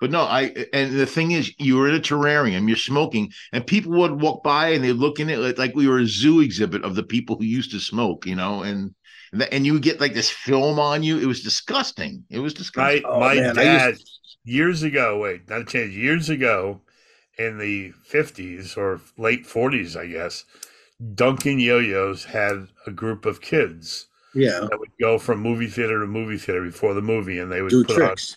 S1: But no, I and the thing is, you were in a terrarium, you're smoking, and people would walk by and they look in it like, like we were a zoo exhibit of the people who used to smoke, you know, and and you would get like this film on you. It was disgusting. It was
S2: My
S1: disgusting.
S3: Oh,
S2: my
S1: Oh, I
S2: dad
S1: used-
S2: years ago. Wait, not a change. Years ago, in the fifties or late forties, I guess. Duncan Yo-Yos had a group of kids.
S3: Yeah.
S2: that would go from movie theater to movie theater before the movie, and they would
S1: Do
S2: put on
S1: tricks.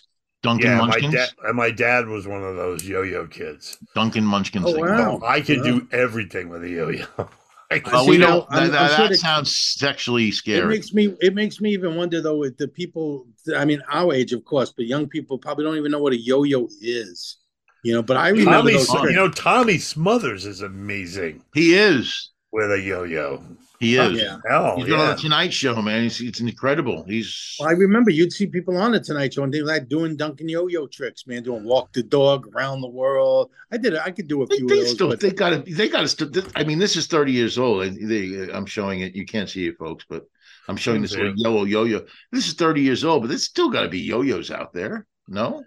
S1: Dunkin'
S2: Yeah, my
S1: Munchkins?
S2: dad and my dad was one of those yo-yo kids.
S1: Duncan Munchkins.
S2: Oh,
S1: thing.
S2: wow. I could do everything with a yo-yo. [laughs] I could-
S1: Well, we don't.
S3: I'm-
S1: that
S3: I'm sure
S1: that
S3: they-
S1: sounds sexually
S3: It
S1: scary.
S3: makes me. It makes me even wonder though. If the people, I mean, our age, of course, but young people probably don't even know what a yo-yo is. You know, but I remember
S2: Tommy,
S3: those.
S2: you know, Tommy Smothers is amazing.
S1: He is
S2: with a yo-yo.
S1: He
S2: Oh,
S1: is.
S2: yeah. Hell,
S1: He's been on
S2: yeah.
S1: the Tonight Show, man. He's, it's incredible. He's
S3: Well, I remember you'd see people on the Tonight Show and they were like doing Dunkin' Yo-Yo tricks, man, doing walk the dog around the world. I did it. I could do a few
S1: they
S3: of those.
S1: still
S3: but-
S1: they got to they got to still. th- I mean, this is thirty years old. and They, uh, I'm showing it. You can't see it, folks, but I'm showing this little yellow yo-yo. This is thirty years old, but there's still got to be yo-yos out there. No,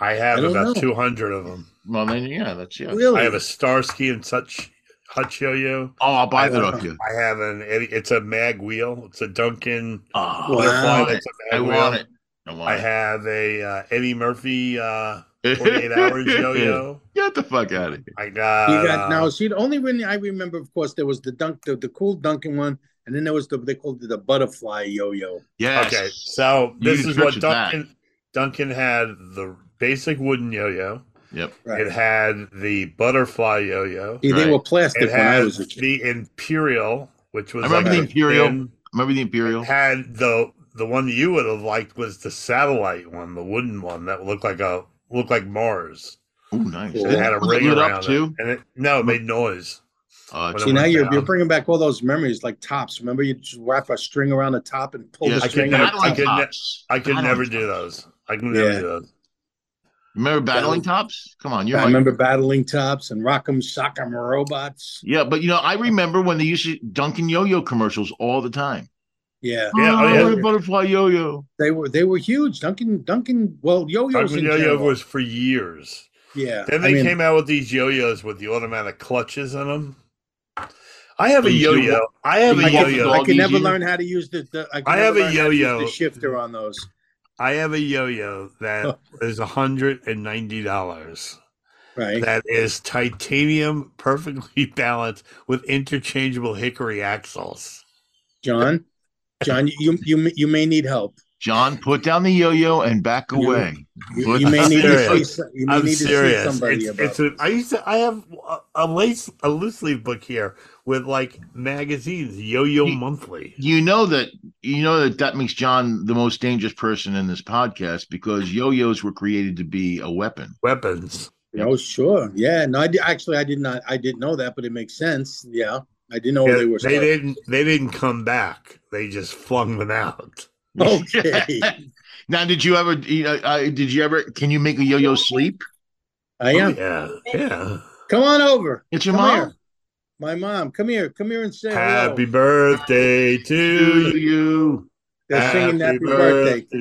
S2: I have
S1: I don't
S2: about
S1: know.
S2: two hundred of them.
S1: Well, then yeah, that's yeah.
S2: I have a Starsky and such Hutch yo-yo.
S1: Oh, I'll buy
S2: I
S1: that
S2: have-
S1: off you.
S2: I have an. It's a mag wheel. It's a Duncan.
S1: Oh,
S2: butterfly
S1: I want
S2: that's
S1: it.
S2: a
S1: I
S2: mag
S1: want
S2: wheel.
S1: it. I want
S2: I
S1: it.
S2: have a uh, Eddie Murphy uh,
S1: [laughs]
S2: 48 hours, yo yo.
S1: Get the fuck out of here.
S2: I got,
S3: you got
S2: uh,
S3: now. See, the only one I remember, of course, there was the dunk, the, the cool Duncan one, and then there was the they called it the butterfly yo-yo.
S1: Yes.
S2: Okay, so
S1: You
S2: this is what
S1: description's back.
S2: Duncan Duncan had the basic wooden yo-yo.
S1: Yep.
S3: Right.
S2: It had the butterfly yo-yo.
S3: See, they
S1: Right.
S3: were plastic
S2: It
S3: when I
S2: had
S3: was a kid.
S2: the imperial, which was
S1: I remember
S2: like
S1: the
S2: a
S1: Imperial.
S2: thin-
S1: Remember the Imperial?
S2: had the the one you would have liked was the satellite one, the wooden one that looked like a looked like Mars.
S1: Oh, nice.
S2: It had a
S1: Was it
S2: ring
S1: lit
S2: around
S1: up
S2: it,
S1: too.
S2: and it no, it made noise.
S1: Uh,
S2: When it
S3: See, now
S2: went
S3: you're,
S2: down.
S3: you're bringing back all those memories, like tops. Remember, you just wrap a string around the top and pull
S1: Yeah,
S3: the
S2: I could
S3: string.
S2: never,
S3: out.
S1: battling
S2: I could, ne-
S1: tops.
S2: I could
S1: Battling
S2: never do
S1: tops.
S2: those. I could never
S3: Yeah.
S2: do those.
S1: remember battling tops? Come on, you're
S3: I
S1: like-
S3: remember battling tops and Rock'em Sock'em robots.
S1: Yeah, but you know, I remember when they used to Dunkin' Yo-Yo commercials all the time.
S3: Yeah,
S2: Yeah, oh, yeah.
S1: Oh, the butterfly yo-yo.
S3: they were they were huge. Duncan, Duncan, well, yo-yos
S2: Dunkin'
S3: in
S2: Yo-Yo
S3: general.
S2: was for years.
S3: yeah.
S2: Then
S3: I
S2: they
S3: mean,
S2: came out with these yo-yos with the automatic clutches in them. I have a
S1: These yo-
S2: yo-yo. I have
S1: these
S2: a
S3: I could,
S1: yo-yo.
S2: yo-yo.
S3: I could never
S1: Doggies,
S3: learn how to use the. the I, could
S2: I
S3: never
S2: have a
S3: learn how to use
S2: yo-yo.
S3: The shifter on those.
S2: I have a yo-yo that is hundred and ninety dollars.
S3: Right.
S2: That is titanium, perfectly [laughs] balanced with interchangeable hickory axles.
S3: John, John, you you you may need help.
S1: John, put down the yo-yo and back
S3: You-
S1: away.
S3: You,
S1: Put-
S3: you may need to see,
S2: serious.
S3: some- you may
S2: I'm
S3: need to see
S2: serious.
S3: somebody
S2: It's, it's
S3: about
S2: a, I used to. I have a- a lace, a loose leaf book here with like magazines, Yo-Yo
S1: You-
S2: Monthly.
S1: you know that you know that that makes John the most dangerous person in this podcast because yo-yos were created to be a weapon.
S2: weapons.
S3: it. Oh, sure. Yeah. No, I did, actually I did not I didn't know that, but it makes sense. Yeah, I didn't know
S2: Yeah,
S3: Oh, they were.
S2: they didn't. They didn't come back. They just flung them out.
S3: [laughs] Okay.
S1: now, did you ever? You know, uh, did you ever? Can you make a yo-yo sleep?
S3: I am.
S2: Yeah. Yeah.
S3: Come on over.
S1: It's your
S3: Come
S1: mom.
S3: here. My mom, come here, come here and say
S2: Happy
S3: hello.
S2: birthday to
S1: Do
S2: you.
S1: you?
S3: They're singing happy birthday. Can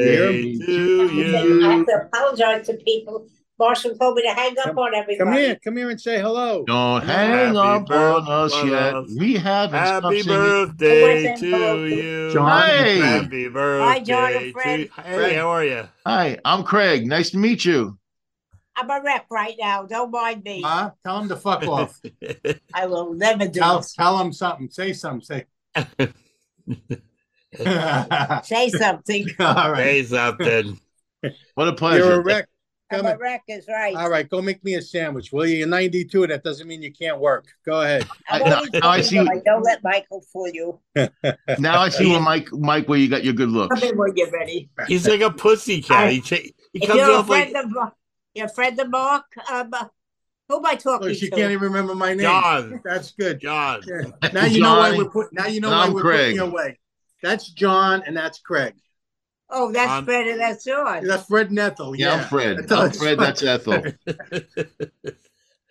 S3: you hear 'em?
S2: to
S13: I
S2: you.
S13: have to apologize to people. Marshall told me to hang up on everybody.
S3: Come here, come here and say hello.
S1: Don't hang
S2: Happy
S1: up on
S2: birthday,
S1: us yet.
S2: us.
S1: We haven't stopped
S2: Happy
S1: singing.
S2: birthday
S13: Listen,
S2: to
S13: folks.
S2: you.
S1: John. Hey.
S2: Happy
S13: Hi, John, I'm
S2: birthday to
S13: Fred.
S2: you. Hey, how are you?
S1: Hi, I'm Craig. Nice to meet you.
S13: I'm a rep right now. Don't mind me.
S3: Ma, tell him
S1: [laughs]
S3: to fuck off.
S13: I will never do
S3: tell
S13: this.
S3: tell him something. Say something.
S1: [laughs]
S3: Say. All
S13: Say
S3: [laughs]
S13: something.
S3: right.
S2: Hey, something.
S1: What a pleasure.
S3: You're a wreck.
S13: I'm
S3: Come
S13: a
S3: on.
S13: wreck is right.
S3: All right, go make me a sandwich, will you? You're 92. That doesn't mean you can't work. Go ahead. Oh,
S13: I'm
S1: I- now-
S13: always
S1: now I see-
S13: like, Don't let Michael fool you.
S1: Now I see where Mike Mike where you got your good looks.
S13: Come in when you're ready.
S2: He's like a pussy cat.
S13: I-
S2: He, cha- he
S13: If
S2: comes
S13: you're a
S2: off
S13: friend
S2: like
S13: of Mar- you're a friend of Mark, um, uh, who am I talking
S3: Look, she
S13: to?
S3: can't even remember my name.
S2: John.
S3: That's good.
S2: John.
S3: Yeah. Now you know why
S1: Johnny.
S3: we're put. Now you know
S1: And
S3: why
S1: I'm
S3: we're
S1: Craig.
S3: putting you away. That's John and that's Craig.
S13: oh, that's
S2: I'm-
S13: Fred and that's George.
S3: That's Fred Nethel.
S1: Yeah,
S3: Yeah,
S1: I'm Fred.
S3: That's-
S1: I'm Fred. That's Ethel.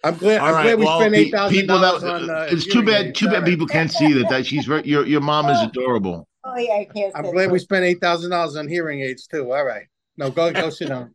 S3: I'm glad.
S2: All
S3: I'm
S2: right,
S3: glad we
S2: well,
S3: spent
S2: pe-
S3: eight thousand
S1: People
S3: dollars
S1: that
S3: on. Uh,
S1: it's too
S3: hearing
S1: bad.
S3: aids.
S1: Too
S3: All
S1: bad
S3: right.
S1: people can't see that. That she's very, your your mom
S3: [laughs]
S1: is adorable.
S13: Oh, yeah, I can't
S3: I'm
S13: say
S3: glad we
S13: that.
S3: spent eight thousand dollars on hearing aids too. All right. No, go go sit down.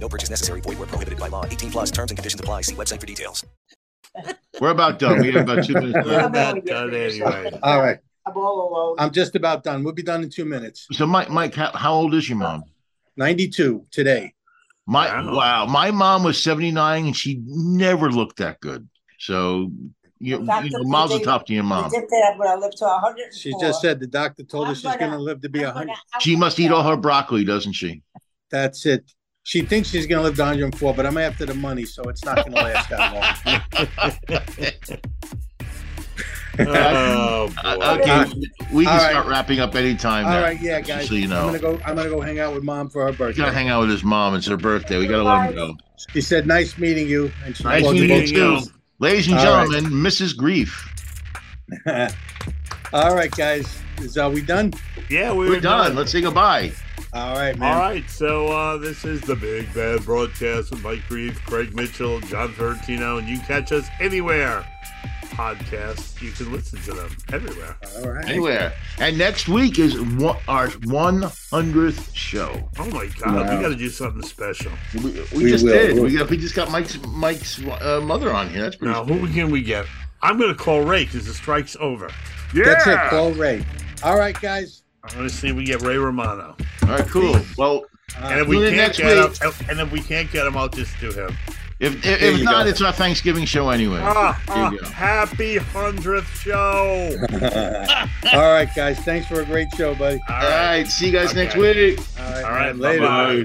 S12: No purchase necessary. Void where prohibited by law. 18 plus terms and conditions apply. See website for details.
S1: We're about done. We have about two minutes
S2: We're
S1: left.
S13: I'm
S2: not
S13: always
S2: done
S13: gonna do
S2: anyway.
S13: something.
S3: All right.
S13: I'm all alone.
S3: I'm just about done. We'll be done in two minutes.
S1: So Mike, Mike, how, how old is your mom?
S3: Ninety-two today.
S1: My
S2: Wow.
S1: wow. my mom was seventy nine and she never looked that good. So you, you know, mazel tov to your mom.
S13: We did that. I'm going to live to 104.
S3: She just said the doctor told her
S13: I'm
S3: she's
S13: gonna-
S3: going to live to be
S13: I'm
S3: a hundred.
S13: gonna- I'm
S1: She
S13: gonna
S1: must eat all
S13: die.
S1: her broccoli, doesn't she? [laughs]
S3: That's it. She thinks she's going to live to 104, but I'm after the money, so it's not going to last that long.
S2: Oh
S1: Uh,
S2: boy.
S1: okay, we can
S3: All right.
S1: start wrapping up anytime.
S3: All
S1: now.
S3: right, yeah,
S1: Just
S3: guys.
S1: So you
S3: I'm
S1: know,
S3: gonna go. I'm gonna go hang out with mom for her
S1: we gotta
S3: birthday.
S1: hang out with his mom. It's her birthday. We gotta let him go.
S3: She said, "Nice meeting you," and she
S1: Nice
S3: called
S1: meeting
S3: both
S1: you.
S3: girls.
S1: Ladies and
S3: All right.
S1: gentlemen, Mrs. Grief.
S3: [laughs] All right, guys. Is are we done?
S2: Yeah, we
S1: We're done. Let's say goodbye.
S3: All All right, man.
S2: All right, so uh, this is the Big Bad Broadcast with Mike Reeve, Craig Mitchell, John Fertino, and you catch us anywhere. Podcasts, you can listen to them everywhere.
S3: All right.
S1: Anywhere. And next week is one, our 100th show.
S2: Oh my God,
S1: Wow.
S2: we got to do something special.
S1: We, we, just did. We, got, we just got Mike's Mike's uh, mother on here. That's pretty.
S2: Now, who can we get? I'm going to call Ray because the strike's over. Yeah.
S3: That's it. Call Ray. All right, guys.
S2: I'm going to see if we get Ray Romano.
S1: All right, cool. Well,
S2: and if we
S1: Uh, tune in
S2: can't
S1: next
S2: get him, oh,
S1: week.
S2: and- and if we can't get him, I'll just do him.
S1: If if,
S2: There
S1: if
S2: you
S1: not,
S2: go.
S1: it's our Thanksgiving show anyway.
S2: Ah,
S1: [laughs] There
S2: ah,
S1: you go.
S2: happy hundredth
S1: [laughs]
S2: show.
S3: All right, guys. Thanks for a great show, buddy.
S2: All
S1: right. See you guys next
S5: week.
S3: All right.
S2: All right,
S3: later.
S2: bye-bye.